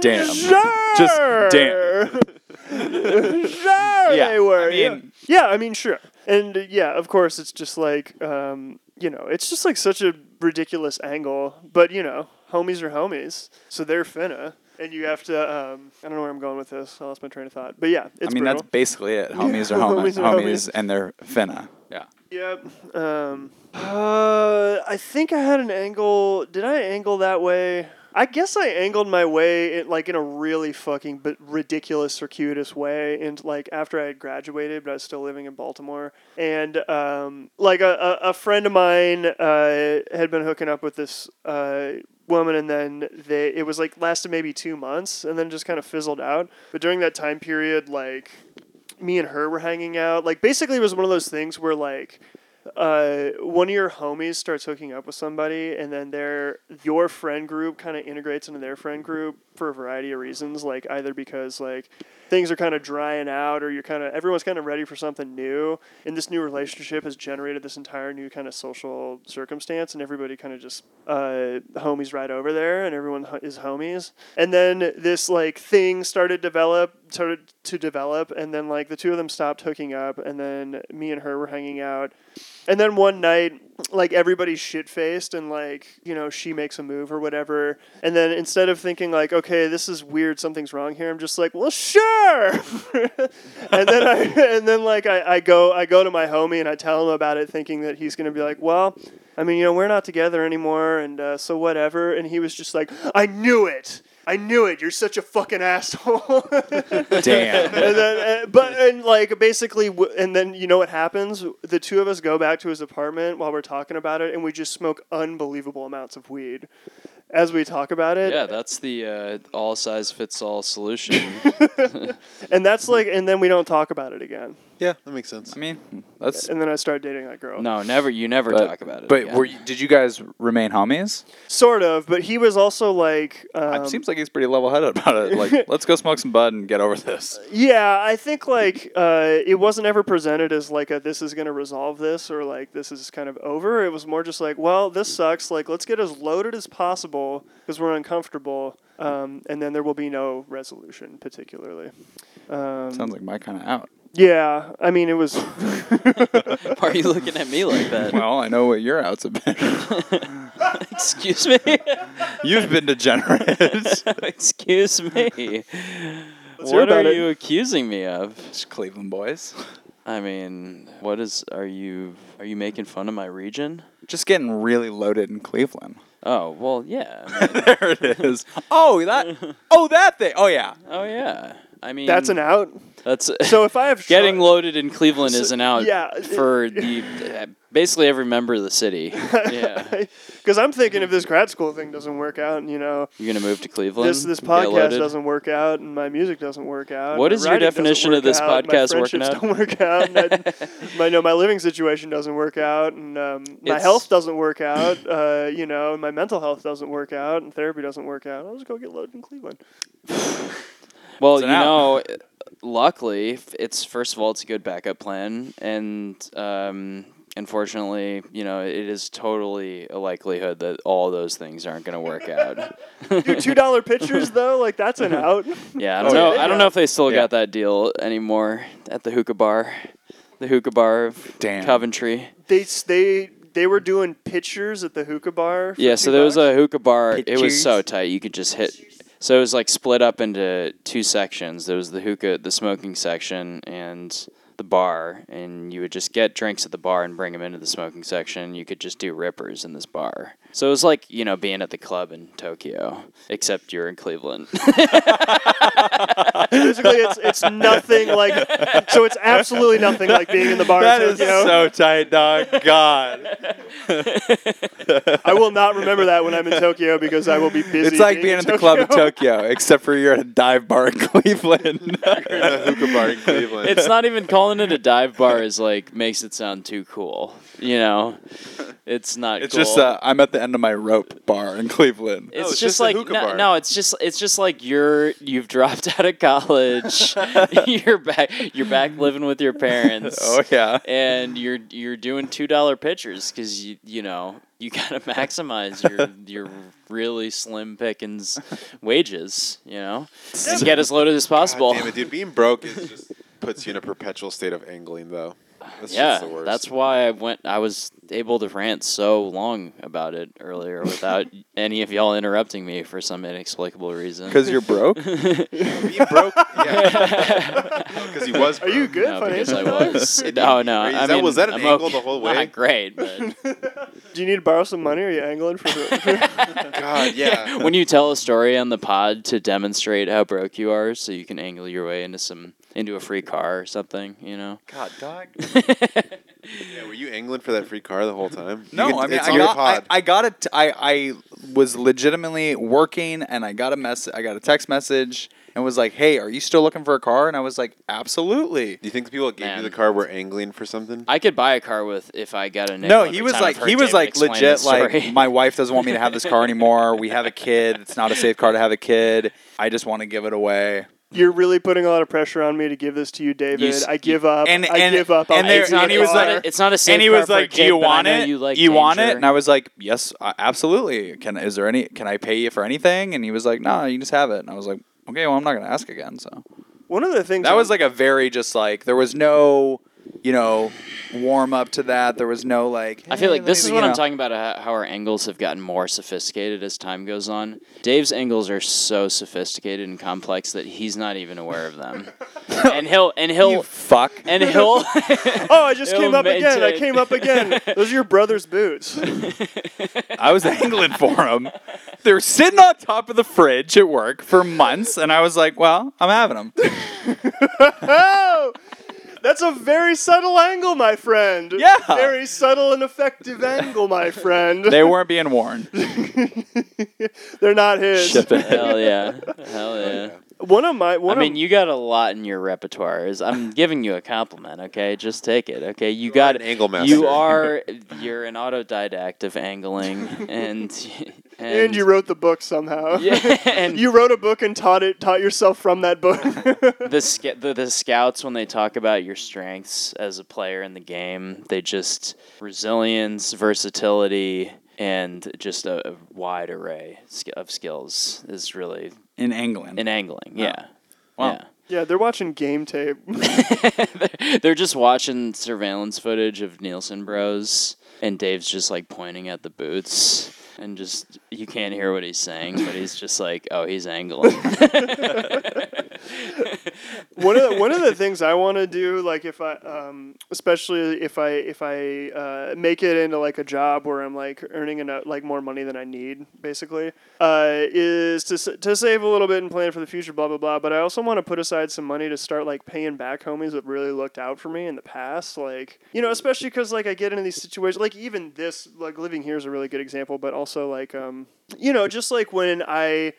Speaker 3: Damn. Just damn.
Speaker 2: sure
Speaker 3: Yeah,
Speaker 2: they were.
Speaker 3: I mean-
Speaker 2: yeah. yeah, I mean, sure. And uh, yeah, of course, it's just like, um, you know, it's just like such a ridiculous angle. But, you know, homies are homies. So they're finna. And you have to, um, I don't know where I'm going with this. I lost my train of thought. But yeah, it's
Speaker 3: I mean,
Speaker 2: brutal.
Speaker 3: that's basically it. Homies are
Speaker 2: Homies
Speaker 3: homies,
Speaker 2: are
Speaker 3: homies,
Speaker 2: homies.
Speaker 3: and they're finna. Yeah.
Speaker 2: Yep. Um, uh, I think I had an angle. Did I angle that way? I guess I angled my way in, like in a really fucking but ridiculous circuitous way, and like after I had graduated, but I was still living in Baltimore, and um, like a, a, a friend of mine uh, had been hooking up with this uh, woman, and then they it was like lasted maybe two months, and then just kind of fizzled out. But during that time period, like me and her were hanging out. Like basically, it was one of those things where like uh, one of your homies starts hooking up with somebody, and then their your friend group kind of integrates into their friend group for a variety of reasons. Like either because like things are kind of drying out, or you're kind of everyone's kind of ready for something new, and this new relationship has generated this entire new kind of social circumstance, and everybody kind of just uh, homies right over there, and everyone ho- is homies. And then this like thing started develop started to develop, and then like the two of them stopped hooking up, and then me and her were hanging out. And then one night, like everybody's shit faced, and like you know she makes a move or whatever. And then instead of thinking like, okay, this is weird, something's wrong here, I'm just like, well, sure. and then I and then like I, I go I go to my homie and I tell him about it, thinking that he's gonna be like, well, I mean you know we're not together anymore, and uh, so whatever. And he was just like, I knew it. I knew it. You're such a fucking asshole.
Speaker 3: Damn.
Speaker 2: and then, uh, but and like basically, w- and then you know what happens? The two of us go back to his apartment while we're talking about it, and we just smoke unbelievable amounts of weed as we talk about it.
Speaker 1: Yeah, that's the uh, all size fits all solution.
Speaker 2: And that's like, and then we don't talk about it again.
Speaker 4: Yeah, that makes sense.
Speaker 3: I mean, that's.
Speaker 2: And then I start dating that girl.
Speaker 1: no, never. You never
Speaker 3: But,
Speaker 1: talk about it.
Speaker 3: but
Speaker 1: again.
Speaker 3: were you, did you guys remain homies?
Speaker 2: Sort of, but he was also like, um,
Speaker 3: it seems like he's pretty level-headed about it. Like, let's go smoke some bud and get over this.
Speaker 2: yeah, I think like uh, it wasn't ever presented as like a this is going to resolve this or like this is kind of over. It was more just like, well, this sucks. Like, let's get as loaded as possible because we're uncomfortable, um, and then there will be no resolution, particularly. Um,
Speaker 3: Sounds like my kind of out.
Speaker 2: yeah, I mean, it was.
Speaker 1: Why are you looking at me like that?
Speaker 3: Well, I know what your outs have been.
Speaker 1: Excuse me.
Speaker 3: You've been degenerate.
Speaker 1: Excuse me.
Speaker 2: Let's hear
Speaker 1: what are
Speaker 2: about it.
Speaker 1: you accusing me of?
Speaker 3: It's Cleveland boys.
Speaker 1: I mean, what is? Are you are you making fun of my region?
Speaker 3: Just getting really loaded in Cleveland.
Speaker 1: Oh well, yeah. I mean,
Speaker 3: there it is. Oh, that. Oh, that thing. Oh, yeah.
Speaker 1: oh yeah. I mean,
Speaker 2: That's an out.
Speaker 1: That's
Speaker 2: So if I have
Speaker 1: getting
Speaker 2: tri-
Speaker 1: loaded in Cleveland is an out.
Speaker 2: yeah.
Speaker 1: For the basically every member of the city. Yeah.
Speaker 2: Because I'm thinking if this grad school thing doesn't work out, and you know
Speaker 1: You're gonna move to Cleveland.
Speaker 2: this this
Speaker 1: Get
Speaker 2: podcast
Speaker 1: loaded?
Speaker 2: doesn't work out, and my music doesn't work out.
Speaker 1: What
Speaker 2: my
Speaker 1: is your
Speaker 2: writing doesn't
Speaker 1: definition of
Speaker 2: work
Speaker 1: this
Speaker 2: out,
Speaker 1: podcast
Speaker 2: my
Speaker 1: working
Speaker 2: friendships
Speaker 1: out?
Speaker 2: Don't work out. and I- my no, my living situation doesn't work out, and um, my
Speaker 1: It's-
Speaker 2: health doesn't work out. Uh, you know, and my mental health doesn't work out, and therapy doesn't work out. I'll just go get loaded in Cleveland.
Speaker 1: Well,
Speaker 3: It's
Speaker 1: you
Speaker 3: an
Speaker 1: know, luckily, f- it's first of all, it's a good backup plan, and um, unfortunately, you know, it is totally a likelihood that all those things aren't going to work out.
Speaker 2: Dude, two dollar pictures though, like that's an out.
Speaker 1: Yeah, I don't
Speaker 3: Oh,
Speaker 1: know.
Speaker 2: yeah.
Speaker 1: I don't know if they still
Speaker 3: Yeah.
Speaker 1: got that deal anymore at the hookah bar, the hookah bar of
Speaker 3: Damn.
Speaker 1: Coventry.
Speaker 2: they s- they they were doing pictures at the hookah bar. for
Speaker 1: Yeah,
Speaker 2: two
Speaker 1: so there was
Speaker 2: bucks.
Speaker 1: a hookah bar. It was so
Speaker 3: Pictures.
Speaker 1: tight you could just hit. So it was like split up into two sections. There was the hookah, the smoking section, and the bar. And you would just get drinks at the bar and bring them into the smoking section. You could just do rippers in this bar. So it was like you know being at the club in Tokyo, except you're in Cleveland.
Speaker 2: Basically, it's it's nothing like. So it's absolutely nothing like being in the bar.
Speaker 3: That
Speaker 2: in
Speaker 3: is
Speaker 2: Tokyo.
Speaker 3: so tight, dog. God.
Speaker 2: I will not remember that when I'm in Tokyo because I will be busy.
Speaker 3: It's like being
Speaker 2: in
Speaker 3: at the club in
Speaker 2: Tokyo.
Speaker 3: Tokyo, except for you're at a dive bar in Cleveland.
Speaker 4: hookah bar in Cleveland.
Speaker 1: it's not even calling it a dive bar is like makes it sound too cool. You know, it's not.
Speaker 3: it's
Speaker 1: cool.
Speaker 3: just uh, I'm at the end of my rope bar in Cleveland.
Speaker 1: It's,
Speaker 4: Oh, it's
Speaker 1: just,
Speaker 4: just a
Speaker 1: like
Speaker 4: hookah
Speaker 1: no,
Speaker 4: bar.
Speaker 1: no, it's just it's just like you're you've dropped out of college. you're back you're back living with your parents.
Speaker 3: oh yeah.
Speaker 1: And you're you're doing two dollar pitchers because you you know you gotta maximize your your really slim pickings wages you know and get as loaded as possible.
Speaker 4: God damn it, dude. Being broke is just puts you in a perpetual state of angling, though. That's just the
Speaker 1: yeah,
Speaker 4: worst.
Speaker 1: that's why I went. I was able to rant so long about it earlier without any of y'all interrupting me for some inexplicable reason.
Speaker 3: Because you're broke.
Speaker 4: being broke. Yeah, because he was.
Speaker 2: Are you
Speaker 4: broke.
Speaker 2: good
Speaker 1: No, because I
Speaker 2: financially?
Speaker 1: was. No, no.
Speaker 4: Is
Speaker 1: I
Speaker 4: that-
Speaker 1: mean,
Speaker 4: was that an
Speaker 1: I'm
Speaker 4: angle
Speaker 1: okay.
Speaker 4: the whole way?
Speaker 1: Not great, but
Speaker 2: Do you need to borrow some money? Are you angling for? for
Speaker 4: God, yeah.
Speaker 1: when you tell a story on the pod to demonstrate how broke you are, so you can angle your way into some into a free car or something, you know.
Speaker 4: God, dog. yeah, were you angling for that free car the whole time? You
Speaker 3: No,
Speaker 4: could-
Speaker 3: I mean
Speaker 4: it's
Speaker 3: I
Speaker 4: on the
Speaker 3: got, I,
Speaker 4: pod.
Speaker 3: I got it. I I was legitimately working, and I got a mess. I got a text message and was like, "Hey, are you still looking for a car?" And I was like, "Absolutely."
Speaker 4: Do you think the people that gave
Speaker 1: Man.
Speaker 4: you the car were angling for something?
Speaker 1: I could buy a car with if I got a nickel
Speaker 3: No, he
Speaker 1: every
Speaker 3: was
Speaker 1: time I've
Speaker 3: like
Speaker 1: heard
Speaker 3: he was
Speaker 1: David
Speaker 3: like
Speaker 1: explain
Speaker 3: legit
Speaker 1: this
Speaker 3: like
Speaker 1: story.
Speaker 3: my wife doesn't want me to have this car anymore. We have a kid. It's not a safe car to have a kid. I just want to give it away.
Speaker 2: You're really putting a lot of pressure on me to give this to you, David.
Speaker 1: s-
Speaker 2: I give up.
Speaker 3: and-
Speaker 2: I
Speaker 3: and-
Speaker 2: give up. I'll
Speaker 3: and
Speaker 2: give
Speaker 3: there-
Speaker 1: it's
Speaker 2: you
Speaker 1: not,
Speaker 3: and he
Speaker 2: the
Speaker 1: it's
Speaker 3: was
Speaker 1: not
Speaker 2: car.
Speaker 1: a, it's not a safe
Speaker 3: and he
Speaker 1: car
Speaker 3: was
Speaker 1: for a
Speaker 3: like,
Speaker 1: kid,
Speaker 3: "Do you
Speaker 1: but I
Speaker 3: want
Speaker 1: know
Speaker 3: it?
Speaker 1: You, like
Speaker 3: you want it?"
Speaker 1: danger.
Speaker 3: And I was like, "Yes, uh, absolutely. Can is there any? Can I pay you for anything?" And he was like, "No, you just have it." And I was like, "Okay, well, I'm not gonna ask again." So
Speaker 2: One of the things
Speaker 3: that was
Speaker 2: I'm-
Speaker 3: like a very just like there was no you know, warm up to that. There was no like.
Speaker 1: I feel
Speaker 3: "Hey,
Speaker 1: like this is
Speaker 3: let me-"
Speaker 1: what
Speaker 3: you
Speaker 1: I'm
Speaker 3: know.
Speaker 1: talking about uh, how our angles have gotten more sophisticated as time goes on. Dave's angles are so sophisticated and complex that he's not even aware of them. and he'll and
Speaker 3: You
Speaker 1: he'll
Speaker 3: fuck.
Speaker 1: and he'll
Speaker 2: Oh, I just
Speaker 1: It'll
Speaker 2: came up again. I
Speaker 1: maintain.
Speaker 2: came up again. Those are your brother's boots.
Speaker 3: I was angling for them. They were sitting on top of the fridge at work for months, and I was like, "Well, I'm having them."
Speaker 2: oh, that's a very subtle angle, my friend.
Speaker 3: Yeah.
Speaker 2: Very subtle and effective angle, my friend.
Speaker 3: They weren't being warned.
Speaker 2: They're not his.
Speaker 3: Ship it.
Speaker 1: hell yeah. Hell yeah.
Speaker 2: One of my
Speaker 1: I
Speaker 2: one
Speaker 1: mean,
Speaker 2: of
Speaker 1: you got a lot in your repertoire. Is I'm giving you a compliment, okay? Just take it, okay? You,
Speaker 4: are
Speaker 1: got
Speaker 4: an angle master.
Speaker 1: You are you're an autodidact of angling, and and,
Speaker 2: and, you wrote the book somehow.
Speaker 1: yeah, and
Speaker 2: you wrote a book and taught it taught yourself from that book.
Speaker 1: the, sc- the the scouts when they talk about your strengths as a player in the game, they just resilience, versatility, and just a, a wide array sk- of skills is really
Speaker 3: In England.
Speaker 1: in angling. Yeah.
Speaker 3: Wow.
Speaker 2: yeah, they're watching game tape.
Speaker 1: Yeah. They're just watching surveillance footage of Nielsen Bros, and Dave's just like pointing at the boots. And just you can't hear what he's saying, but he's just like, "Oh, he's angling."
Speaker 2: one of the, one of the things I want to do, like if I, um, especially if I if I uh, make it into like a job where I'm like earning enough, like more money than I need, basically, uh, is to s- to save a little bit and plan for the future, blah blah blah. But I also want to put aside some money to start like paying back homies that really looked out for me in the past, like you know, especially because like I get into these situations, like even this, like living here is a really good example, but also like um, you know, just like when I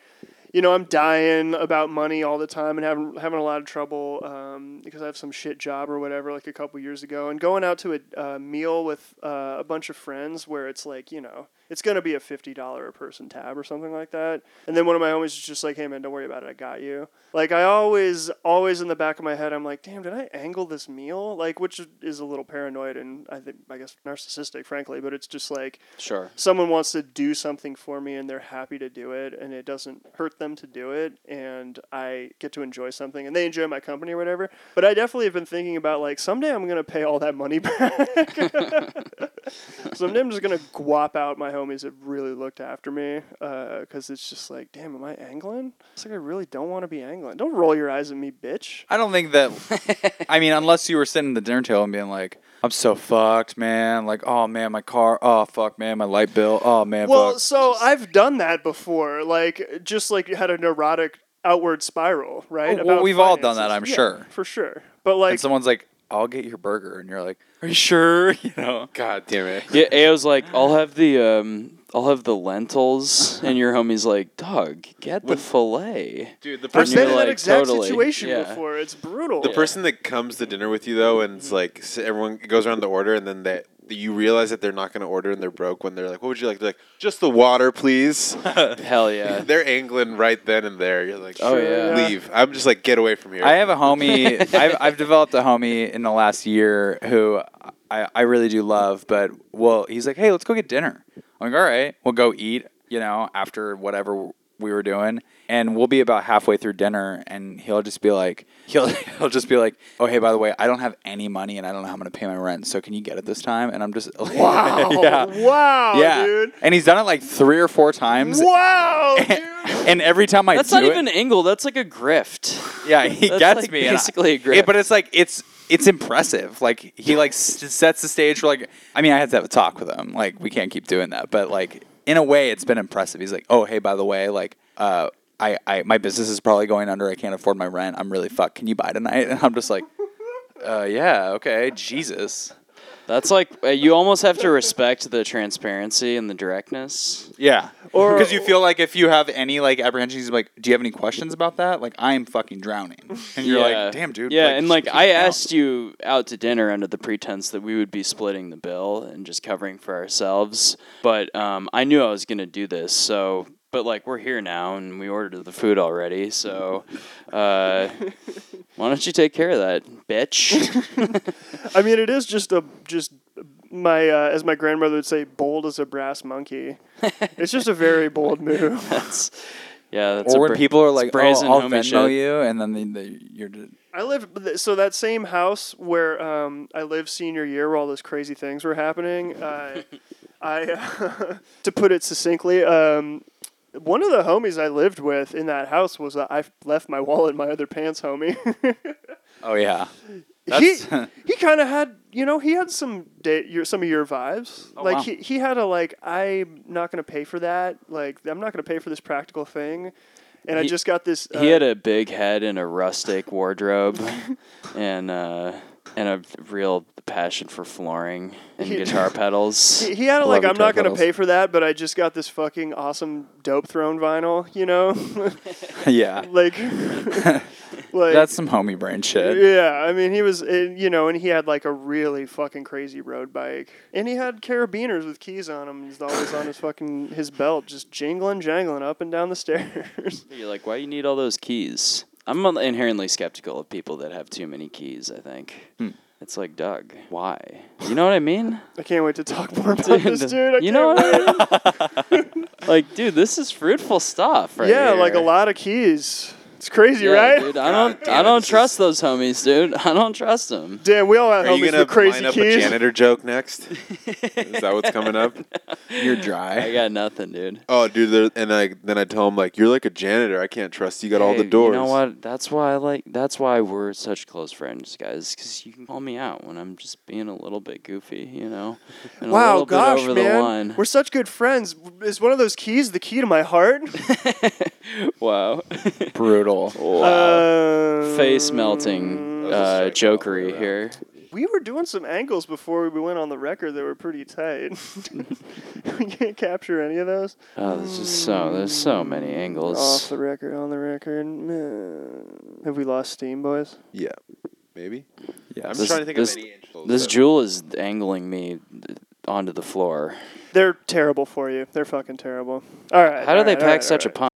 Speaker 2: you know, I'm dying about money all the time and having having a lot of trouble um, because I have some shit job or whatever, like a couple years ago, and going out to a uh, meal with uh, a bunch of friends where it's like, you know, it's gonna be a fifty dollar a person tab or something like that, and then one of my homies is just like, hey man, don't worry about it, I got you. Like I always, always in the back of my head, I'm like, damn, did I angle this meal? Like, which is a little paranoid and I think I guess narcissistic, frankly, but it's just like
Speaker 1: sure.
Speaker 2: someone wants to do something for me and they're happy to do it and it doesn't hurt them to do it and I get to enjoy something and they enjoy my company or whatever. But I definitely have been thinking about like someday I'm gonna pay all that money back. someday I'm just gonna guap out my homies that really looked after me because it's just like, damn, am I angling? It's like I really don't want to be angling. Don't roll your eyes at me, bitch.
Speaker 3: I don't think that. I mean, unless you were sitting at the dinner table and being like, "I'm so fucked, man. Like, oh man, my car. Oh fuck, man, my light bill. Oh man,
Speaker 2: Well,
Speaker 3: fuck."
Speaker 2: so I've done that before, like just like you had a neurotic outward spiral, right?
Speaker 3: Oh, well,
Speaker 2: About
Speaker 3: we've all done that,
Speaker 2: finances.
Speaker 3: I'm
Speaker 2: Yeah,
Speaker 3: sure.
Speaker 2: for sure. But like,
Speaker 3: and someone's like, "I'll get your burger," and you're like, "Are you sure?" You know.
Speaker 4: God damn it.
Speaker 1: Yeah, Ao's like, I'll have the um, I'll have the lentils, and your homie's like, Doug, get the fillet.
Speaker 4: Dude, the
Speaker 2: I've
Speaker 4: person
Speaker 2: been in
Speaker 1: you're
Speaker 2: that
Speaker 1: like,
Speaker 2: exact
Speaker 1: totally,
Speaker 2: situation
Speaker 1: yeah.
Speaker 2: before. It's brutal.
Speaker 4: the person that comes to dinner with you though and it's like s- everyone goes around the order and then that you realize that they're not going to order and they're broke when they're like what would you like they're like just the water please
Speaker 1: Hell yeah.
Speaker 4: they're angling right then and there you're like
Speaker 1: Oh,
Speaker 4: "Sure,
Speaker 1: yeah.
Speaker 4: leave i'm just like get away from here
Speaker 3: I have a homie. I've, I've developed a homie in the last year who I, I really do love, but well, he's like, hey, let's go get dinner. I'm like, all right, we'll go eat, you know, after whatever we were doing. And we'll be about halfway through dinner, and he'll just be like, he'll, he'll just be like, oh, hey, by the way, I don't have any money and I don't know how I'm going to pay my rent. So can you get it this time? And I'm just, like,
Speaker 2: wow,
Speaker 3: yeah.
Speaker 2: wow,
Speaker 3: yeah.
Speaker 2: dude,
Speaker 3: And he's done it like three or four times.
Speaker 2: wow, dude.
Speaker 3: And every time I
Speaker 1: That's
Speaker 3: do
Speaker 1: not
Speaker 3: it-
Speaker 1: even an angle. That's like a grift.
Speaker 3: yeah, he
Speaker 1: That's
Speaker 3: gets
Speaker 1: like
Speaker 3: me. and I-
Speaker 1: basically a
Speaker 3: it-
Speaker 1: grip.
Speaker 3: but it's like it's it's impressive. Like he like s- sets the stage for like. I mean, I had to have a talk with him. Like we can't keep doing that. But like in a way, it's been impressive. He's like, oh hey, by the way, like uh, I I my business is probably going under. I can't afford my rent. I'm really fucked. Can you buy tonight? And I'm just like, uh, yeah, okay, Jesus.
Speaker 1: That's like uh, you almost have to respect the transparency and the directness.
Speaker 3: Yeah,
Speaker 2: Or-
Speaker 3: because you feel like if you have any like apprehensions, like, do you have any questions about that? Like, I'm fucking drowning, and you're
Speaker 1: Yeah.
Speaker 3: like, damn, dude.
Speaker 1: Yeah, and like
Speaker 3: just
Speaker 1: I
Speaker 3: keep out.
Speaker 1: asked you out to dinner under the pretense that we would be splitting the bill and just covering for ourselves. But um, I knew I was gonna do this, so. But like we're here now, and we ordered the food already, so uh, why don't you take care of that, bitch?
Speaker 2: I mean, it is just a just my uh, as my grandmother would say, bold as a brass monkey. it's just a very bold move.
Speaker 1: that's yeah. That's
Speaker 3: or
Speaker 1: a
Speaker 3: when
Speaker 1: bra-
Speaker 3: people are
Speaker 1: it's
Speaker 3: like, "Oh,
Speaker 1: brazen
Speaker 3: I'll
Speaker 1: homie
Speaker 3: Venmo
Speaker 1: shit.
Speaker 3: you," and then they, they, you're just,
Speaker 2: I lived so that same house where um, I lived senior year, where all those crazy things were happening. I, I to put it succinctly, um, one of the homies I lived with in that house was uh, I left my wallet in my other pants, homie.
Speaker 3: Oh yeah.
Speaker 2: he
Speaker 3: That's-
Speaker 2: he kind of had you know he had some day, your, some of your vibes
Speaker 3: Oh,
Speaker 2: like
Speaker 3: wow.
Speaker 2: he, he had a like I'm not gonna pay for that like I'm not gonna pay for this practical thing, and I
Speaker 1: He-
Speaker 2: just got this. Uh,
Speaker 1: he had a big head and a rustic wardrobe, and uh, and a real passion for flooring and
Speaker 2: He-
Speaker 1: guitar pedals.
Speaker 2: He, he had a,
Speaker 3: Love
Speaker 2: like,
Speaker 3: your
Speaker 2: I'm not going to
Speaker 3: turntables.
Speaker 2: pay for that, but I just got this fucking awesome Dope Throne vinyl, you know?
Speaker 3: yeah.
Speaker 2: like, like
Speaker 3: That's some homie brain shit.
Speaker 2: yeah, I mean, he was, and, you know, and he had like a really fucking crazy road bike. And he had carabiners with keys on him. He's always on his fucking, his belt, just jingling, jangling up and down the stairs.
Speaker 1: You're like, why do you need all those keys? I'm inherently skeptical of people that have too many keys. I think
Speaker 4: Hmm.
Speaker 1: it's like Doug. Why? You know what I mean?
Speaker 2: I can't wait to talk more about this, dude. I
Speaker 1: you
Speaker 2: can't
Speaker 1: know
Speaker 2: wait.
Speaker 1: what I mean? like, dude, this is fruitful stuff, right?
Speaker 2: Yeah, like a
Speaker 1: here.
Speaker 2: lot of keys. It's crazy,
Speaker 1: Yeah,
Speaker 2: right?
Speaker 1: Dude, I don't, I don't trust those homies, dude. I don't trust them.
Speaker 2: Damn, we all have
Speaker 4: Are you
Speaker 2: homies
Speaker 4: gonna
Speaker 2: with crazy
Speaker 4: line up a
Speaker 2: keys.
Speaker 4: janitor joke next? Is that what's coming up?
Speaker 3: You're dry.
Speaker 1: I got nothing, dude.
Speaker 4: Oh, dude, there- and I then I tell him like, "You're like a janitor. I can't trust you. Got all
Speaker 1: Hey,
Speaker 4: the doors."
Speaker 1: You know what? That's why I like. That's why we're such close friends, guys. Because you can call me out when I'm just being a little bit goofy, you know. and a
Speaker 2: Wow,
Speaker 1: little bit
Speaker 2: gosh,
Speaker 1: over the
Speaker 2: man,
Speaker 1: line.
Speaker 2: we're such good friends. Is one of those keys the key to my heart?
Speaker 1: wow.
Speaker 3: Brutal.
Speaker 2: Uh,
Speaker 1: Face melting
Speaker 4: That was a
Speaker 1: uh,
Speaker 4: strike all the way
Speaker 1: jokery
Speaker 4: around.
Speaker 1: here.
Speaker 2: We were doing some angles before we went on the record that were pretty tight. we can't capture any of those
Speaker 1: Oh, there's just so there's so many
Speaker 2: off
Speaker 1: angles.
Speaker 2: the record, on the record. Meh. Have we lost steam, boys?
Speaker 4: Yeah, maybe. I'm
Speaker 3: Yes.
Speaker 1: This-
Speaker 4: trying to think
Speaker 1: this-
Speaker 4: of any angels.
Speaker 1: This
Speaker 4: that-
Speaker 1: jewel is angling me onto the floor.
Speaker 2: They're terrible for you. They're fucking terrible. All right.
Speaker 1: How do
Speaker 2: all
Speaker 1: they
Speaker 2: right, all right,
Speaker 1: pack such
Speaker 2: all right.
Speaker 1: a